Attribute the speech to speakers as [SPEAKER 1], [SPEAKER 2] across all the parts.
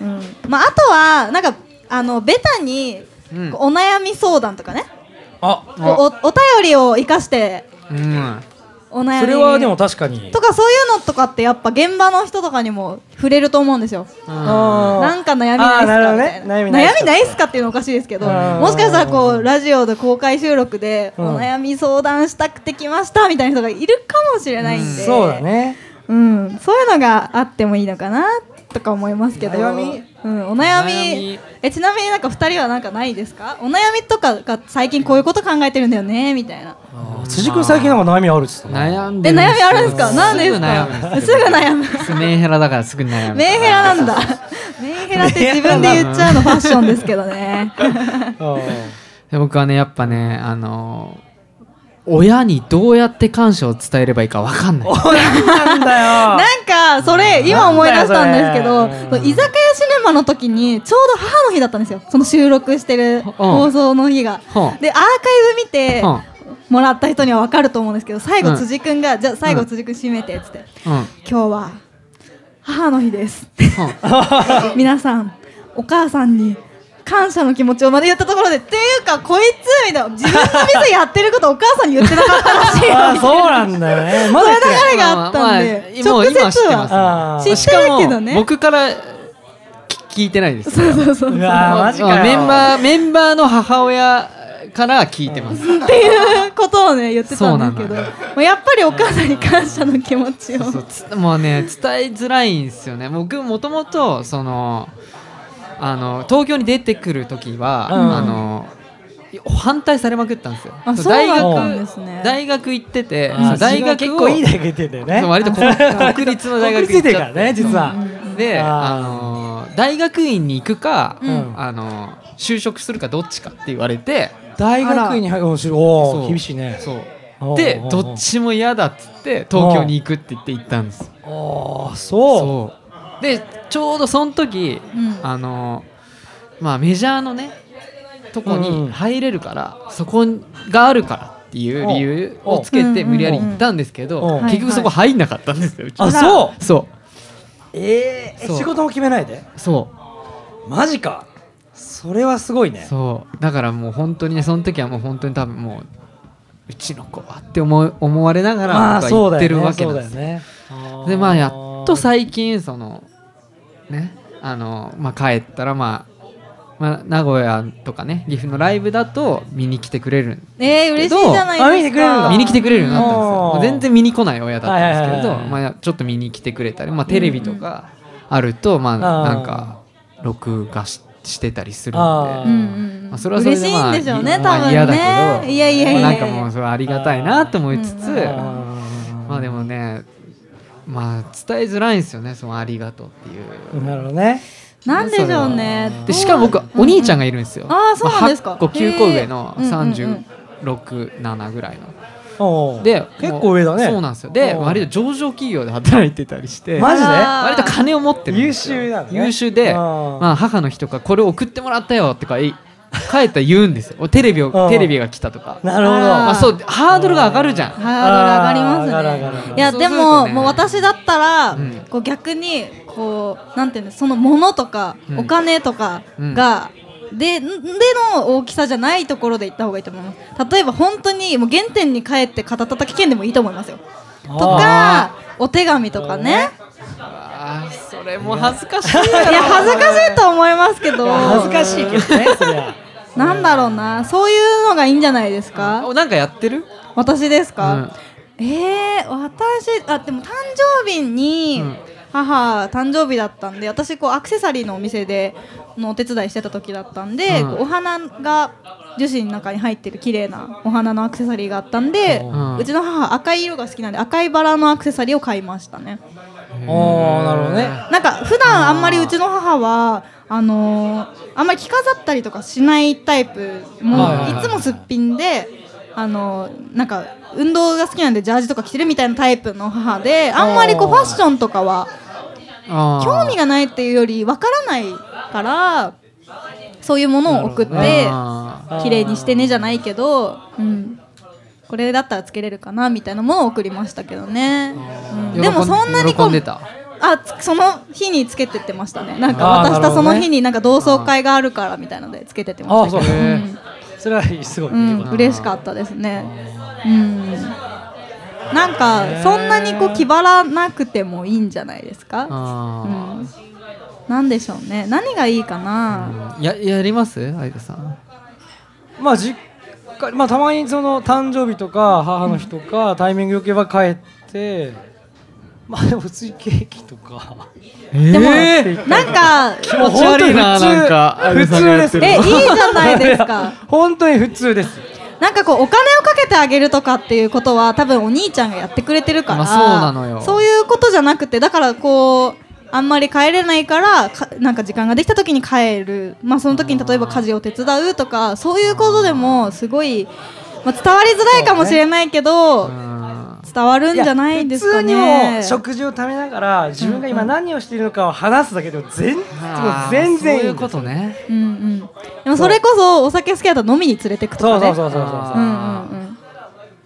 [SPEAKER 1] うんまあ、あとはなんかあのベタに
[SPEAKER 2] うん
[SPEAKER 1] お悩み相談とかね、
[SPEAKER 3] あ、
[SPEAKER 1] おおお便りを生かして
[SPEAKER 2] うん
[SPEAKER 1] お悩み
[SPEAKER 3] それはでも確かに
[SPEAKER 1] と。かそういうのとかってやっぱ現場の人とかにも触れると思うんですよ。
[SPEAKER 4] な
[SPEAKER 1] なんか悩みないっす
[SPEAKER 4] なる
[SPEAKER 1] か
[SPEAKER 4] ほど
[SPEAKER 1] みた
[SPEAKER 4] ね
[SPEAKER 1] いな
[SPEAKER 4] 悩みないっ
[SPEAKER 1] 悩
[SPEAKER 4] すか
[SPEAKER 1] みないっすかっていうのおかしいですけど
[SPEAKER 4] うん
[SPEAKER 1] もしかしたらこうラジオで公開収録でお
[SPEAKER 4] うん
[SPEAKER 1] 悩み相談したくて来ましたみたいな人がいるかもしれないんで、
[SPEAKER 4] そうだね
[SPEAKER 1] うん、そういうのがあってもいいのかなとか思いますけど
[SPEAKER 4] 悩み
[SPEAKER 1] うん、お悩み
[SPEAKER 2] 悩み
[SPEAKER 1] えちなみになんか2人はなんかないですかお悩みとかが最近こういうこと考えてるんだよねみたいな
[SPEAKER 4] 辻君最近なんか悩みあるっつってたね
[SPEAKER 2] 悩ん
[SPEAKER 1] え
[SPEAKER 2] でる
[SPEAKER 1] 悩みあるんですか何です
[SPEAKER 2] 悩むん
[SPEAKER 1] か
[SPEAKER 2] です
[SPEAKER 1] すぐ悩む
[SPEAKER 2] よメンヘラだからすぐ悩む
[SPEAKER 1] メンヘラなんだメンヘラって自分で言っちゃうのファッションですけどね
[SPEAKER 2] で僕はねやっぱねあのー親にどうやって感謝を伝えればいいかわかんない
[SPEAKER 4] なんだよ
[SPEAKER 1] なんかそれ今思い出したんですけど
[SPEAKER 4] なんだよそ
[SPEAKER 1] そう
[SPEAKER 4] れ
[SPEAKER 1] 居酒屋シネマの時にちょうど母の日だったんですよその収録してる放送の日が
[SPEAKER 2] うん
[SPEAKER 1] でアーカイブ見て
[SPEAKER 2] うん
[SPEAKER 1] もらった人には分かると思うんですけど最
[SPEAKER 2] う
[SPEAKER 1] 後
[SPEAKER 2] ん
[SPEAKER 1] 辻君が「じゃあ最
[SPEAKER 2] う
[SPEAKER 1] 後
[SPEAKER 2] ん
[SPEAKER 1] 辻君締めて」っつって
[SPEAKER 2] うんうん
[SPEAKER 1] 「今日は母の日 です」皆さんお母さんに感謝の気持ちをまで言ったところでっていうかこいつみたいな自分の店やってることお母さんに言ってなかった らしいよ
[SPEAKER 4] あそうなんだよねま
[SPEAKER 1] そ
[SPEAKER 4] だ
[SPEAKER 1] れ
[SPEAKER 4] 言っ
[SPEAKER 1] 流
[SPEAKER 4] てない
[SPEAKER 1] れがあったん
[SPEAKER 2] まあ
[SPEAKER 1] で
[SPEAKER 2] まあも
[SPEAKER 1] 直
[SPEAKER 2] う
[SPEAKER 1] 接
[SPEAKER 2] 今知ってます
[SPEAKER 1] は
[SPEAKER 4] あ
[SPEAKER 1] 知
[SPEAKER 4] ー
[SPEAKER 1] ってるけどね
[SPEAKER 2] しかも僕からき聞いてないです
[SPEAKER 1] そうそうそう
[SPEAKER 4] うわーマジか
[SPEAKER 2] まあ
[SPEAKER 4] よ
[SPEAKER 2] メンバーメンバーの母親から聞いてます
[SPEAKER 1] っていうことをね言ってたんですけど
[SPEAKER 2] そうなのよ
[SPEAKER 1] もうやっぱりお母さんに感謝の気持ちを
[SPEAKER 2] そうつもうね伝えづらいんですよね僕もともとそのあの東京に出てくる時は、
[SPEAKER 4] うん
[SPEAKER 2] あの反対されまくったんですよ
[SPEAKER 1] あ
[SPEAKER 2] そう
[SPEAKER 1] そう
[SPEAKER 2] 大
[SPEAKER 1] なんです
[SPEAKER 2] 学
[SPEAKER 1] ね
[SPEAKER 2] 大学行ってて
[SPEAKER 4] あー
[SPEAKER 2] そう大学
[SPEAKER 4] 結
[SPEAKER 2] を
[SPEAKER 4] 構いい大学行ってんだよね
[SPEAKER 2] そう割と こ国立の大学
[SPEAKER 4] 国
[SPEAKER 2] 行っ
[SPEAKER 4] 立行って
[SPEAKER 2] ち
[SPEAKER 4] か
[SPEAKER 2] ゃ
[SPEAKER 4] ら
[SPEAKER 2] って
[SPEAKER 4] ね実は
[SPEAKER 2] で
[SPEAKER 4] あー
[SPEAKER 2] あの大学院に行くか、
[SPEAKER 4] ん
[SPEAKER 2] あの就職するかどっちかって言われて
[SPEAKER 4] 大学院に入るおー
[SPEAKER 2] そ
[SPEAKER 4] お
[SPEAKER 2] う
[SPEAKER 4] ー厳しいね
[SPEAKER 2] そうで
[SPEAKER 4] おーおーおー
[SPEAKER 2] どっちも嫌だっつって東京に行くって言って行ったんです
[SPEAKER 4] ああそ
[SPEAKER 2] そうでちょうどその時、
[SPEAKER 1] うん
[SPEAKER 2] あのまあメジャーのねとこに入れるから、そこがあるからっていう理由をつ
[SPEAKER 1] う
[SPEAKER 2] け
[SPEAKER 1] んうんう
[SPEAKER 2] て
[SPEAKER 1] ん
[SPEAKER 2] 無理やり行ったんですけど、
[SPEAKER 4] うん
[SPEAKER 2] 結局そこ入んなかったんですよ、うち
[SPEAKER 4] うあそう
[SPEAKER 2] そ
[SPEAKER 4] えーえ
[SPEAKER 2] そう
[SPEAKER 4] 仕事も決めないで
[SPEAKER 2] うそ
[SPEAKER 4] マジかそれはすごいうね
[SPEAKER 2] そうだからもう本当にねその時はもう本当に多分もううちの子はって思う思われながら
[SPEAKER 4] まあ
[SPEAKER 2] 僕は
[SPEAKER 4] そう
[SPEAKER 2] 行っ
[SPEAKER 4] だ
[SPEAKER 2] て
[SPEAKER 4] よ
[SPEAKER 2] る
[SPEAKER 4] ね
[SPEAKER 2] わけな
[SPEAKER 4] そ
[SPEAKER 2] ん
[SPEAKER 4] う
[SPEAKER 2] で
[SPEAKER 4] だ
[SPEAKER 2] す
[SPEAKER 4] よ
[SPEAKER 2] よ
[SPEAKER 4] ね
[SPEAKER 2] でまあやっと最近そのねあの、まあ、帰ったら、まあ、まあ名古屋とかね岐阜のライブだと見に来てくれる
[SPEAKER 1] えー、嬉しいじゃないですか
[SPEAKER 4] あ見に来てくれるんだ
[SPEAKER 2] 見に来てくれるようになったんですよ
[SPEAKER 4] おー
[SPEAKER 2] まあ全然見に来ない親だったんで
[SPEAKER 4] は
[SPEAKER 2] すけ
[SPEAKER 4] い
[SPEAKER 2] ど
[SPEAKER 4] はいはいはい
[SPEAKER 2] まあ、ちょっと見に来てくれたり、まあ、テレビとかあると、まあ
[SPEAKER 4] あー
[SPEAKER 2] なんか録画ししてたりする
[SPEAKER 4] あー
[SPEAKER 2] ので。
[SPEAKER 1] うんうんうん
[SPEAKER 2] まあそれはそれでまあ
[SPEAKER 1] 嬉しいんでしょうね
[SPEAKER 2] まあ
[SPEAKER 1] 多分ね
[SPEAKER 2] 嫌だけど
[SPEAKER 1] いやいやいやいや
[SPEAKER 2] まあなんかもうそれはありがたいなと思いつつ、
[SPEAKER 1] うんうん
[SPEAKER 2] まあでもねまあ伝えづらいんですよねそのありがとうっていう
[SPEAKER 4] なるほどね
[SPEAKER 1] なんでしょうね
[SPEAKER 2] でしかも僕お兄ちゃんがいるんですよ、
[SPEAKER 1] うんうんあーそうなんですか
[SPEAKER 2] まあ8個9個上の
[SPEAKER 1] へー
[SPEAKER 2] 3 6 7ぐらいの
[SPEAKER 4] おー
[SPEAKER 2] で
[SPEAKER 4] 結構上だね
[SPEAKER 2] そうなんですよで
[SPEAKER 4] おー
[SPEAKER 2] 割と上場企業で働いてたりして
[SPEAKER 4] マジで
[SPEAKER 1] あー
[SPEAKER 2] 割と金を持ってるんですよ
[SPEAKER 4] 優秀なのね
[SPEAKER 2] 優秀で
[SPEAKER 4] あー
[SPEAKER 2] まあ、母の日とかこれ送ってもらったよとかい帰ったら言うんですよテレビ
[SPEAKER 4] う
[SPEAKER 2] を
[SPEAKER 4] ん
[SPEAKER 2] テレビが来たとか
[SPEAKER 4] なるほど
[SPEAKER 1] あー
[SPEAKER 2] まあ、そうハードルが上がるじゃん
[SPEAKER 1] ハードル上が
[SPEAKER 4] あー上がる
[SPEAKER 1] り
[SPEAKER 4] 上が
[SPEAKER 1] ます
[SPEAKER 4] る上が
[SPEAKER 1] ね
[SPEAKER 4] る
[SPEAKER 1] いや
[SPEAKER 2] そう
[SPEAKER 1] で
[SPEAKER 2] そうだ
[SPEAKER 1] も
[SPEAKER 2] よね
[SPEAKER 1] もう私だったら、
[SPEAKER 2] うん
[SPEAKER 1] こう逆にこうなんていうのその物とか、
[SPEAKER 2] うん
[SPEAKER 1] お金とかが、でんでの大きさじゃないところで行った方がいいと思います例えば本当にもう原点に帰って肩たたき券でもいいと思いますよとかお手紙とかね
[SPEAKER 2] あーそれも恥ずか しいない
[SPEAKER 1] や恥ずかしいと思いますけど
[SPEAKER 4] 恥ずかしいけどねそりゃ
[SPEAKER 1] なんだろうなそういうのがいいんじゃないですか
[SPEAKER 2] あなんかやってる
[SPEAKER 1] 私ですか、えー、私あでも誕生日に
[SPEAKER 2] うん
[SPEAKER 1] 母誕生日だったんで私こうアクセサリーのお店でのお手伝いしてた時だったんで、
[SPEAKER 2] うん
[SPEAKER 1] こうお花が樹脂の中に入ってる綺麗なお花のアクセサリーがあったんで、
[SPEAKER 4] う
[SPEAKER 1] うんちの母赤い色が好きなんで赤いバラのアクセサリーを買いましたね
[SPEAKER 4] おーなるほどね
[SPEAKER 1] なんか普段あんまりうちの母はあのーあんまり着飾ったりとかしないタイプも
[SPEAKER 4] はいはいはい
[SPEAKER 1] いつもすっぴんであのーなんか運動が好きなんでジャージとか着てるみたいなタイプの母であんまりこう
[SPEAKER 4] お
[SPEAKER 1] フ
[SPEAKER 4] ー
[SPEAKER 1] ァッションとかは興
[SPEAKER 2] 興
[SPEAKER 1] 味がないっていうよりわからないからそういうものを送って
[SPEAKER 2] あ
[SPEAKER 1] 綺麗にしてねじゃないけど、うん、これだったらつけれるかなみたいなものを送りましたけどね、うんでもそんなにこ
[SPEAKER 2] 喜
[SPEAKER 1] うん
[SPEAKER 2] でた
[SPEAKER 1] あつその日につけてってましたねなんか
[SPEAKER 3] あー
[SPEAKER 1] 私
[SPEAKER 3] な
[SPEAKER 1] と
[SPEAKER 3] る
[SPEAKER 1] そ
[SPEAKER 3] ほどね
[SPEAKER 1] の日になんか同窓会があるからみたいなのでつけてって
[SPEAKER 3] あ
[SPEAKER 1] ま
[SPEAKER 3] あ
[SPEAKER 1] し
[SPEAKER 3] そ
[SPEAKER 1] た
[SPEAKER 3] う
[SPEAKER 1] けど
[SPEAKER 2] へ
[SPEAKER 4] それはすごい、
[SPEAKER 1] う
[SPEAKER 4] ね
[SPEAKER 1] ん、うん、嬉しかったですねうんなんかそんなにこう気張らなくてもいいんじゃないですかう
[SPEAKER 2] あ
[SPEAKER 1] んなんでしょうね何がいいかな
[SPEAKER 2] あ、ややります相田さん
[SPEAKER 4] まあ実家まあたまにその誕生日とか母の日とか、タイミングよければ帰ってまあでも普通にケーキとか
[SPEAKER 1] でも、
[SPEAKER 2] え
[SPEAKER 1] なんか
[SPEAKER 2] 気持ち悪い
[SPEAKER 4] 本当に普
[SPEAKER 2] な
[SPEAKER 4] 通
[SPEAKER 2] なんか
[SPEAKER 4] 普通です
[SPEAKER 1] えいいじゃないですか
[SPEAKER 4] 本当に普通です
[SPEAKER 1] なんかこうお金をかけてあげるとかっていうことは多分お兄ちゃんがやってくれてるから、
[SPEAKER 2] まあそうなのよ
[SPEAKER 1] そういうことじゃなくてだからこうあんまり帰れないからかなんか時間ができた時に帰る、まあ、その時に例えば家事を手伝うとかそういうことでもすごい、まあ、伝わりづらいかもしれないけど、
[SPEAKER 2] あ
[SPEAKER 1] 伝わるんじゃないですかね。
[SPEAKER 4] いや普通にも食事を食べながら自分が今何をしているのかを話すだけでも全,、もう
[SPEAKER 2] ー
[SPEAKER 4] 全然いい
[SPEAKER 2] そういうことね
[SPEAKER 1] うんうん、でもそれこそお酒好きだったら飲みに連れてくと
[SPEAKER 4] そ
[SPEAKER 1] か
[SPEAKER 4] う
[SPEAKER 1] ね
[SPEAKER 4] そうそうそうそう
[SPEAKER 2] あ
[SPEAKER 1] うんうん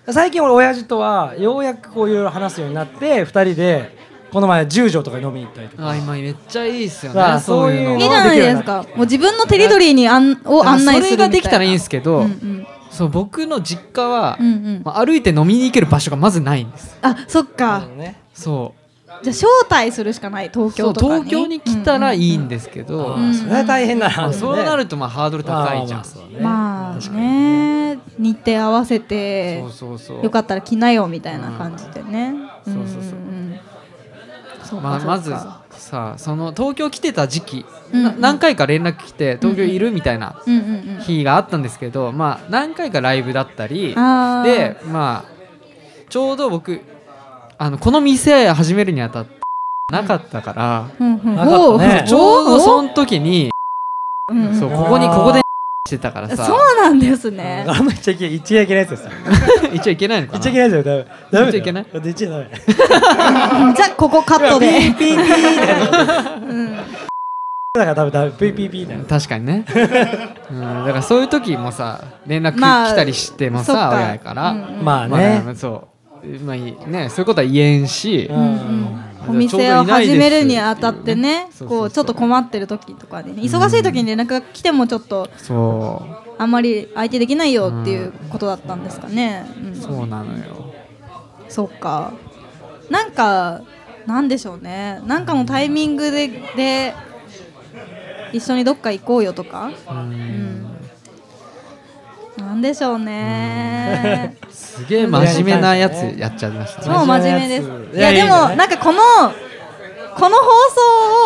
[SPEAKER 1] うん
[SPEAKER 4] 最近俺親父とはようやくこういろいろ話すようになって二人でこの前十条とかに飲みに行ったりとか
[SPEAKER 2] あ今めっちゃいいっすよ
[SPEAKER 4] あ
[SPEAKER 2] ね
[SPEAKER 4] ー
[SPEAKER 2] そういう
[SPEAKER 4] そう
[SPEAKER 2] の
[SPEAKER 1] いいじゃないですかもう自分のテリトリーにあんを
[SPEAKER 2] あ
[SPEAKER 1] 案内するみたい
[SPEAKER 2] そ
[SPEAKER 1] な
[SPEAKER 2] れができたらいいんですけど、
[SPEAKER 1] うんうん
[SPEAKER 2] そう僕の実家は、
[SPEAKER 1] うんうん
[SPEAKER 2] まあ、歩いて飲みに行ける場所がまずないんです
[SPEAKER 1] あそっ
[SPEAKER 4] あ
[SPEAKER 1] か
[SPEAKER 4] のね
[SPEAKER 2] そう
[SPEAKER 1] じゃあ招待するしかない東
[SPEAKER 2] そ
[SPEAKER 1] 京
[SPEAKER 2] う
[SPEAKER 1] とかに
[SPEAKER 2] 東京に来たらいいんですけ
[SPEAKER 4] あ
[SPEAKER 2] ど、
[SPEAKER 1] ん
[SPEAKER 4] ーそれは大変だな、
[SPEAKER 2] まあそうなる
[SPEAKER 4] と
[SPEAKER 2] とまあハードル高いじゃん、
[SPEAKER 1] まあね日程合わせて
[SPEAKER 2] そうそうそう
[SPEAKER 1] よかったら来なよみたいな感じでね
[SPEAKER 2] うん
[SPEAKER 1] んんん
[SPEAKER 2] そうそうそう
[SPEAKER 1] そう
[SPEAKER 2] ま
[SPEAKER 1] か
[SPEAKER 2] あ、
[SPEAKER 1] そうか
[SPEAKER 2] まずさその東京来てた時期、
[SPEAKER 1] うん
[SPEAKER 2] な何回か連絡来て東京いるみたいな
[SPEAKER 1] うんうん
[SPEAKER 2] 日があったんですけど、まあ、何回かライブだったりで
[SPEAKER 1] あー
[SPEAKER 2] まあちょうど僕あのこの店始めるにあたってなかったから、
[SPEAKER 1] うんうんうん
[SPEAKER 4] なかったね
[SPEAKER 1] おー
[SPEAKER 2] ちょうど
[SPEAKER 1] お
[SPEAKER 2] そ
[SPEAKER 1] ー
[SPEAKER 2] の時に、
[SPEAKER 1] うんうん
[SPEAKER 2] そう
[SPEAKER 4] あー
[SPEAKER 2] ここにここでしてたから
[SPEAKER 1] そ
[SPEAKER 2] さ
[SPEAKER 1] うなんですね
[SPEAKER 4] あんまり言っちゃいけない言っちゃいけないやつですよ
[SPEAKER 2] 言っちゃいけないのか
[SPEAKER 4] 言っ
[SPEAKER 2] な
[SPEAKER 4] ちゃいけないですよダメダメだよ
[SPEAKER 2] 言っちゃいけない
[SPEAKER 4] だって言っちゃダメ
[SPEAKER 1] じゃあここカットで
[SPEAKER 4] ピーピーピーだよ
[SPEAKER 1] うん
[SPEAKER 4] だからダメダメピーピーピーだよ
[SPEAKER 2] 確かにね、うん、だからそういう時もさ連絡
[SPEAKER 1] まあ
[SPEAKER 2] 来たりしてもさ、
[SPEAKER 1] そっか
[SPEAKER 2] 親から、
[SPEAKER 1] うんうん
[SPEAKER 4] まあ
[SPEAKER 2] まあ
[SPEAKER 4] ね、
[SPEAKER 2] そうまあいいねそういうことは言えんし、
[SPEAKER 4] う
[SPEAKER 1] うん
[SPEAKER 4] ん
[SPEAKER 1] うんお店を始めるにあたってね
[SPEAKER 2] ち
[SPEAKER 1] こ
[SPEAKER 2] ょうどいないですっていうねそうそう
[SPEAKER 1] うち
[SPEAKER 2] そ
[SPEAKER 1] ょ
[SPEAKER 2] う
[SPEAKER 1] っと困ってる時とかでね忙しい時に連絡が来てもちょっと
[SPEAKER 2] そ
[SPEAKER 1] あんまり相手できないよっていうことだったんですかね、うん
[SPEAKER 2] うそうなのよ
[SPEAKER 1] そっかなんかなんでしょうねなんかのタイミングでで一緒にどっか行こうよとか、
[SPEAKER 2] う
[SPEAKER 1] うんん、なんでしょうね
[SPEAKER 2] すげえ真面目なやつやっちゃいましたね
[SPEAKER 1] 超真面目です
[SPEAKER 4] 真面目なやつ
[SPEAKER 1] いや
[SPEAKER 4] いや
[SPEAKER 1] でも
[SPEAKER 4] いいね
[SPEAKER 1] なんかこのこの放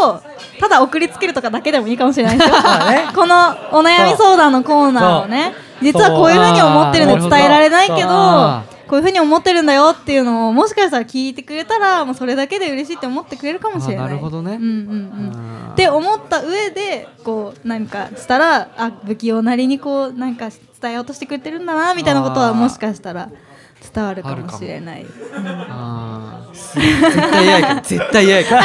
[SPEAKER 1] 送をただ送りつけるとかだけでもいいかもしれないですよ
[SPEAKER 4] まあね
[SPEAKER 1] このお悩み相談のコーナーをね実はこういうふうに思ってるんで
[SPEAKER 2] そう
[SPEAKER 1] 伝えられないけ
[SPEAKER 2] あー
[SPEAKER 1] どこういうふうに思ってるんだよっていうのをもしかしたら聞いてくれたらもうそれだけで嬉しいって思ってくれるかもしれない
[SPEAKER 2] あーなるほどね
[SPEAKER 1] うんうんうん
[SPEAKER 2] あー
[SPEAKER 1] って思った上でこうなんかしたらあ不器用なりにこうなんか伝えようとしてくれてるんだなみたいなこと
[SPEAKER 2] あ
[SPEAKER 1] は
[SPEAKER 2] ー
[SPEAKER 1] もしかしたら伝わるかもしれない
[SPEAKER 2] あーす絶対嫌やから絶対嫌やから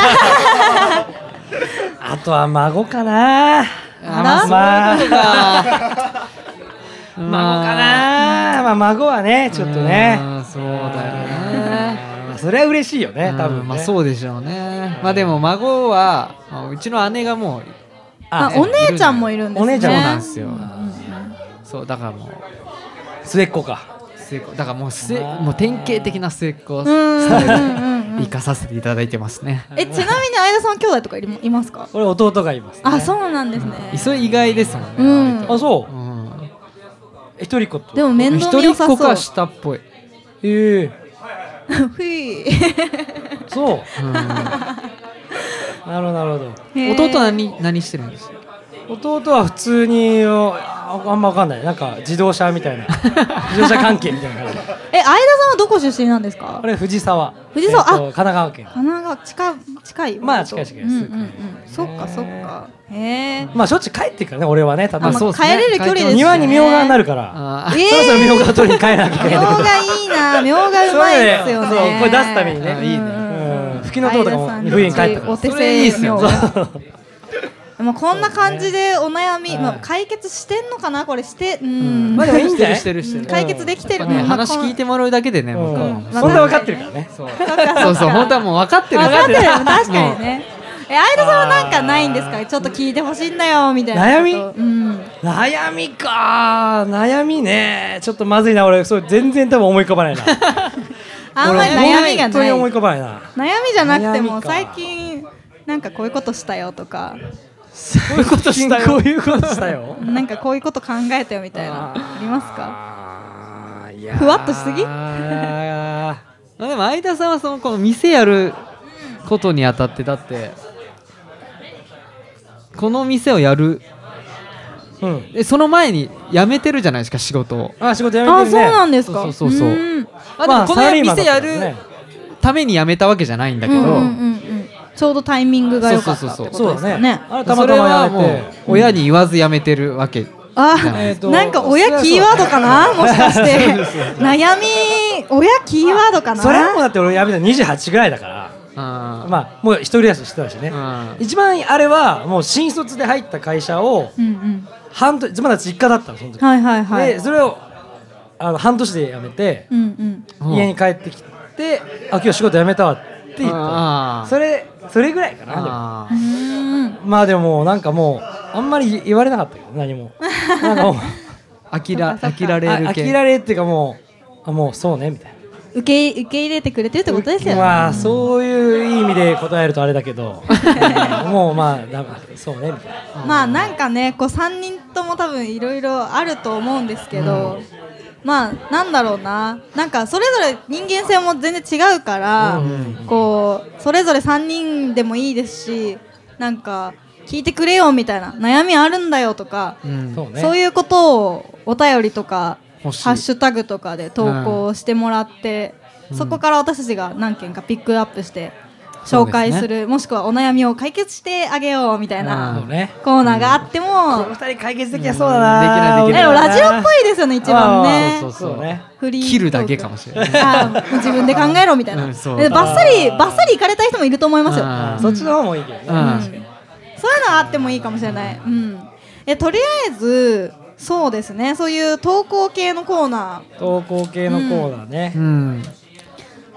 [SPEAKER 4] あとは孫かな
[SPEAKER 1] あら
[SPEAKER 4] まあ
[SPEAKER 2] 孫
[SPEAKER 4] 孫かなまあ孫はねちょっとね
[SPEAKER 2] そうだよね
[SPEAKER 4] まあそれは嬉しいよね多分
[SPEAKER 2] う
[SPEAKER 4] ね
[SPEAKER 2] んまあそうでしょうねまあでも孫は、まあうちの姉がもう
[SPEAKER 1] まあ、お姉ちゃんもいるんですね。
[SPEAKER 4] お姉ちゃ
[SPEAKER 2] そ
[SPEAKER 4] ん
[SPEAKER 2] う
[SPEAKER 4] も
[SPEAKER 2] なんですよ、
[SPEAKER 1] うん
[SPEAKER 2] そうだからもう
[SPEAKER 4] 末っ子か
[SPEAKER 2] 末っ子だからもう末もう典型的な末っ子を
[SPEAKER 1] うんうんうんうん
[SPEAKER 2] 生かさせていただいてますね、
[SPEAKER 1] えちなみに相田さん兄弟とかいるいますか？
[SPEAKER 4] 俺弟がいます
[SPEAKER 1] あそうなんですね。
[SPEAKER 2] それ意外ですもんね、、
[SPEAKER 1] うん
[SPEAKER 4] あそううん一人っ子と
[SPEAKER 1] でも面
[SPEAKER 2] 一
[SPEAKER 1] 倒見
[SPEAKER 2] 人
[SPEAKER 1] 良
[SPEAKER 2] っ
[SPEAKER 1] さ
[SPEAKER 2] 子
[SPEAKER 1] そう
[SPEAKER 2] か。下っぽい、
[SPEAKER 4] ええ
[SPEAKER 1] ふい。
[SPEAKER 4] そう
[SPEAKER 2] うん、
[SPEAKER 4] なるほどなるほど
[SPEAKER 2] 弟何何してるんですか
[SPEAKER 4] 弟は普通にああんま分かんないなんか自動車み たいな自動車関係みたいな感じ
[SPEAKER 1] え相田さんはどこ出身なんですか
[SPEAKER 4] あ？れ藤沢
[SPEAKER 1] 藤沢
[SPEAKER 4] えっと
[SPEAKER 1] あ
[SPEAKER 4] 神奈川県
[SPEAKER 1] 神奈川近い近い。
[SPEAKER 4] まあ
[SPEAKER 1] 割と
[SPEAKER 4] 近い近い
[SPEAKER 1] うんうん
[SPEAKER 4] 近い
[SPEAKER 1] うん。そっかそっか。へえ。
[SPEAKER 4] まあしょっちゅう帰ってくからね俺はね多
[SPEAKER 1] あ
[SPEAKER 4] 分
[SPEAKER 1] まあ
[SPEAKER 2] そうっすね
[SPEAKER 1] 帰れる距離ですね。
[SPEAKER 4] 庭にみょうがにな
[SPEAKER 1] る。
[SPEAKER 4] るから
[SPEAKER 2] あ
[SPEAKER 1] え
[SPEAKER 4] そろそろみょうが取りに帰らなきゃい
[SPEAKER 1] え。み
[SPEAKER 4] け
[SPEAKER 1] ょ
[SPEAKER 4] な
[SPEAKER 1] う
[SPEAKER 4] い
[SPEAKER 1] がいいな。みょうがうまいですよ
[SPEAKER 4] そうだよ
[SPEAKER 1] ね。
[SPEAKER 4] そうこれ出すためにね
[SPEAKER 2] いいね
[SPEAKER 1] うんうんうん
[SPEAKER 4] うんフキノトウとかも冬に帰ったから
[SPEAKER 1] お手
[SPEAKER 2] それいい
[SPEAKER 1] 製
[SPEAKER 2] っすよ
[SPEAKER 1] みょうが
[SPEAKER 4] そう
[SPEAKER 1] まあ、こんな感じでお悩み、
[SPEAKER 4] そうね
[SPEAKER 1] ま
[SPEAKER 4] は
[SPEAKER 1] あ
[SPEAKER 4] い、
[SPEAKER 1] 解決してんのかなこれしてうん、
[SPEAKER 4] まあでもいいんじゃない
[SPEAKER 2] してるしてるしてる
[SPEAKER 1] 解決できて
[SPEAKER 2] や
[SPEAKER 1] る
[SPEAKER 2] っぱね、話聞い
[SPEAKER 1] て
[SPEAKER 2] てもらうだけでね、
[SPEAKER 4] うん
[SPEAKER 2] 僕はもう
[SPEAKER 1] まあ
[SPEAKER 4] そんな分かってるからね
[SPEAKER 2] そうそうそう本当はもう分かってる
[SPEAKER 1] 分かってる
[SPEAKER 2] 分
[SPEAKER 1] よ
[SPEAKER 2] か
[SPEAKER 1] 確
[SPEAKER 2] ってる
[SPEAKER 1] かにねえ相田さんはなんかないんです
[SPEAKER 4] あ
[SPEAKER 1] か
[SPEAKER 4] ー
[SPEAKER 1] ちょっと聞いてほしいんだよみたいなこと
[SPEAKER 4] 悩
[SPEAKER 1] うん
[SPEAKER 4] 悩みか悩みねちょっとまずいな俺それ全然多分思い浮かばないな
[SPEAKER 1] あんまり悩みが
[SPEAKER 4] 本当
[SPEAKER 1] な
[SPEAKER 4] に
[SPEAKER 1] い
[SPEAKER 4] 思い
[SPEAKER 1] 悩
[SPEAKER 4] 浮かばないな
[SPEAKER 1] みじゃなくて
[SPEAKER 4] 悩
[SPEAKER 1] も
[SPEAKER 4] みか
[SPEAKER 1] 最近なんかこういうことしたよとか
[SPEAKER 4] こういうことしたよこういうことしたよ
[SPEAKER 1] なんかこういうこと考えたよみたいなありますか
[SPEAKER 4] あーいやー
[SPEAKER 1] ふわっとしすぎ
[SPEAKER 4] あー
[SPEAKER 2] まあでも相田さんはそのこの店やることにあたってだってこの店をやる
[SPEAKER 4] うん
[SPEAKER 2] えその前に辞めてるじゃないですか仕事を
[SPEAKER 4] あ仕事辞めてるね
[SPEAKER 1] あそうなんですか
[SPEAKER 2] そうそうそうそうんあ
[SPEAKER 4] ま
[SPEAKER 2] でも
[SPEAKER 4] あ
[SPEAKER 2] こ
[SPEAKER 4] サラ
[SPEAKER 2] の
[SPEAKER 4] リーマン
[SPEAKER 2] 店
[SPEAKER 4] だ
[SPEAKER 2] や
[SPEAKER 4] ったから
[SPEAKER 2] る
[SPEAKER 4] ね
[SPEAKER 2] ために辞めたわけじゃないんだけど、
[SPEAKER 1] うんうんうんうんちょうどタイミングが良かったってこ
[SPEAKER 4] そ
[SPEAKER 1] と
[SPEAKER 4] う
[SPEAKER 1] です
[SPEAKER 4] だ
[SPEAKER 1] か
[SPEAKER 4] ね
[SPEAKER 1] ね
[SPEAKER 4] あれたまたま辞
[SPEAKER 2] それ
[SPEAKER 4] め
[SPEAKER 2] はも
[SPEAKER 4] て
[SPEAKER 2] う親に言わず辞めてるわけ、え
[SPEAKER 1] あ
[SPEAKER 4] ー、と
[SPEAKER 1] なんか親キーワードか な、もしかして。悩み、親キーワードかな。
[SPEAKER 4] それはもうだって俺辞めたの28ぐらいだから
[SPEAKER 2] あー
[SPEAKER 4] まあもう一人暮らししてたしね
[SPEAKER 2] うん
[SPEAKER 4] 一番あれはもう新卒で入った会社を
[SPEAKER 1] うんうん。
[SPEAKER 4] 半年まだ実家だったのその時、
[SPEAKER 1] はいはいはい。
[SPEAKER 4] でそれをあの半年で辞めて、
[SPEAKER 1] うんうん。
[SPEAKER 2] うん
[SPEAKER 4] 家に帰ってきてあ今日仕事辞めたわって言った
[SPEAKER 2] あー
[SPEAKER 4] それそれぐらいかなでも
[SPEAKER 2] あ
[SPEAKER 1] う
[SPEAKER 2] ー
[SPEAKER 1] ーん。
[SPEAKER 4] まあでもなんかもうあんまり言われなかったけど何 もなんかもう
[SPEAKER 2] 飽きら飽きられ
[SPEAKER 4] あ
[SPEAKER 2] る
[SPEAKER 4] 飽
[SPEAKER 2] 系
[SPEAKER 4] きられるっていうかもうあもうそうねみたいな
[SPEAKER 1] 受け受け入れてくれてるってことですよね。
[SPEAKER 4] まあそういう意味で答えるとあれだけ どうんもうまあだからそうねみたいな
[SPEAKER 1] まあなんかね、こう三人とも多分いろいろあると思うんですけど、まあなんだろうな、なんかそれぞれ人間性も全然違うから、こうそれぞれ三人でもいいですし、なんか聞いてくれよみたいな悩みあるんだよとか、
[SPEAKER 2] うん
[SPEAKER 4] そうね
[SPEAKER 1] そういうことをお便りとかハ
[SPEAKER 2] 欲しい
[SPEAKER 1] ッシュタグとかで投稿してもらって、そこから私たちが何件かピックアップして
[SPEAKER 2] そう
[SPEAKER 1] 紹
[SPEAKER 2] ですね
[SPEAKER 1] 介するもしくはお悩みを解決してあげようみたい
[SPEAKER 2] うん
[SPEAKER 1] な
[SPEAKER 4] そうね
[SPEAKER 1] コーナーがあっても、
[SPEAKER 4] この二人解決できやそうだな、
[SPEAKER 2] うんでき
[SPEAKER 1] で
[SPEAKER 2] ない
[SPEAKER 1] も
[SPEAKER 2] できない
[SPEAKER 1] ラジオっぽいですよね一番ね
[SPEAKER 2] あーそうそう
[SPEAKER 4] そうね
[SPEAKER 1] フリートーク
[SPEAKER 2] 切るだけかもしれない
[SPEAKER 1] あーもう自分で考えろみたいな、
[SPEAKER 2] うんそう
[SPEAKER 1] でバッサリバッサリ行かれた人もいると思いますよ、
[SPEAKER 2] あー
[SPEAKER 4] そっちの方もいいけどね、
[SPEAKER 2] うん
[SPEAKER 1] うんそういうのはあってもいいかもしれない。うん。えとりあえずそうですね。そういう投稿系のコーナ
[SPEAKER 4] 投稿系のコーナーね、
[SPEAKER 2] うん
[SPEAKER 1] ー。